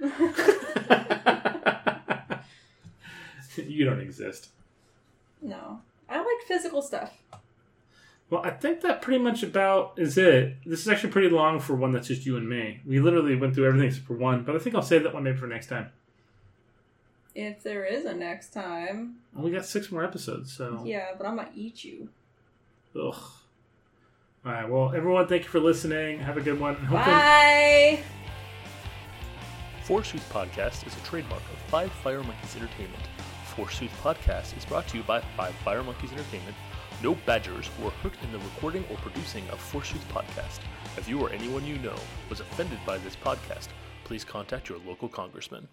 [SPEAKER 2] you don't exist.
[SPEAKER 3] No. I like physical stuff.
[SPEAKER 2] Well, I think that pretty much about is it. This is actually pretty long for one that's just you and me. We literally went through everything except for one, but I think I'll save that one maybe for next time.
[SPEAKER 3] If there is a next time.
[SPEAKER 2] Well, we got six more episodes, so
[SPEAKER 3] Yeah, but I'm gonna eat you.
[SPEAKER 2] Ugh. All right. Well, everyone, thank you for listening. Have a good one. and hopefully-
[SPEAKER 3] Bye.
[SPEAKER 4] Forsooth Podcast is a trademark of Five Fire Monkeys Entertainment. Forsooth podcast is brought to you by Five Fire Monkeys Entertainment. No badgers were hooked in the recording or producing of Forsooth podcast. If you or anyone you know was offended by this podcast, please contact your local congressman.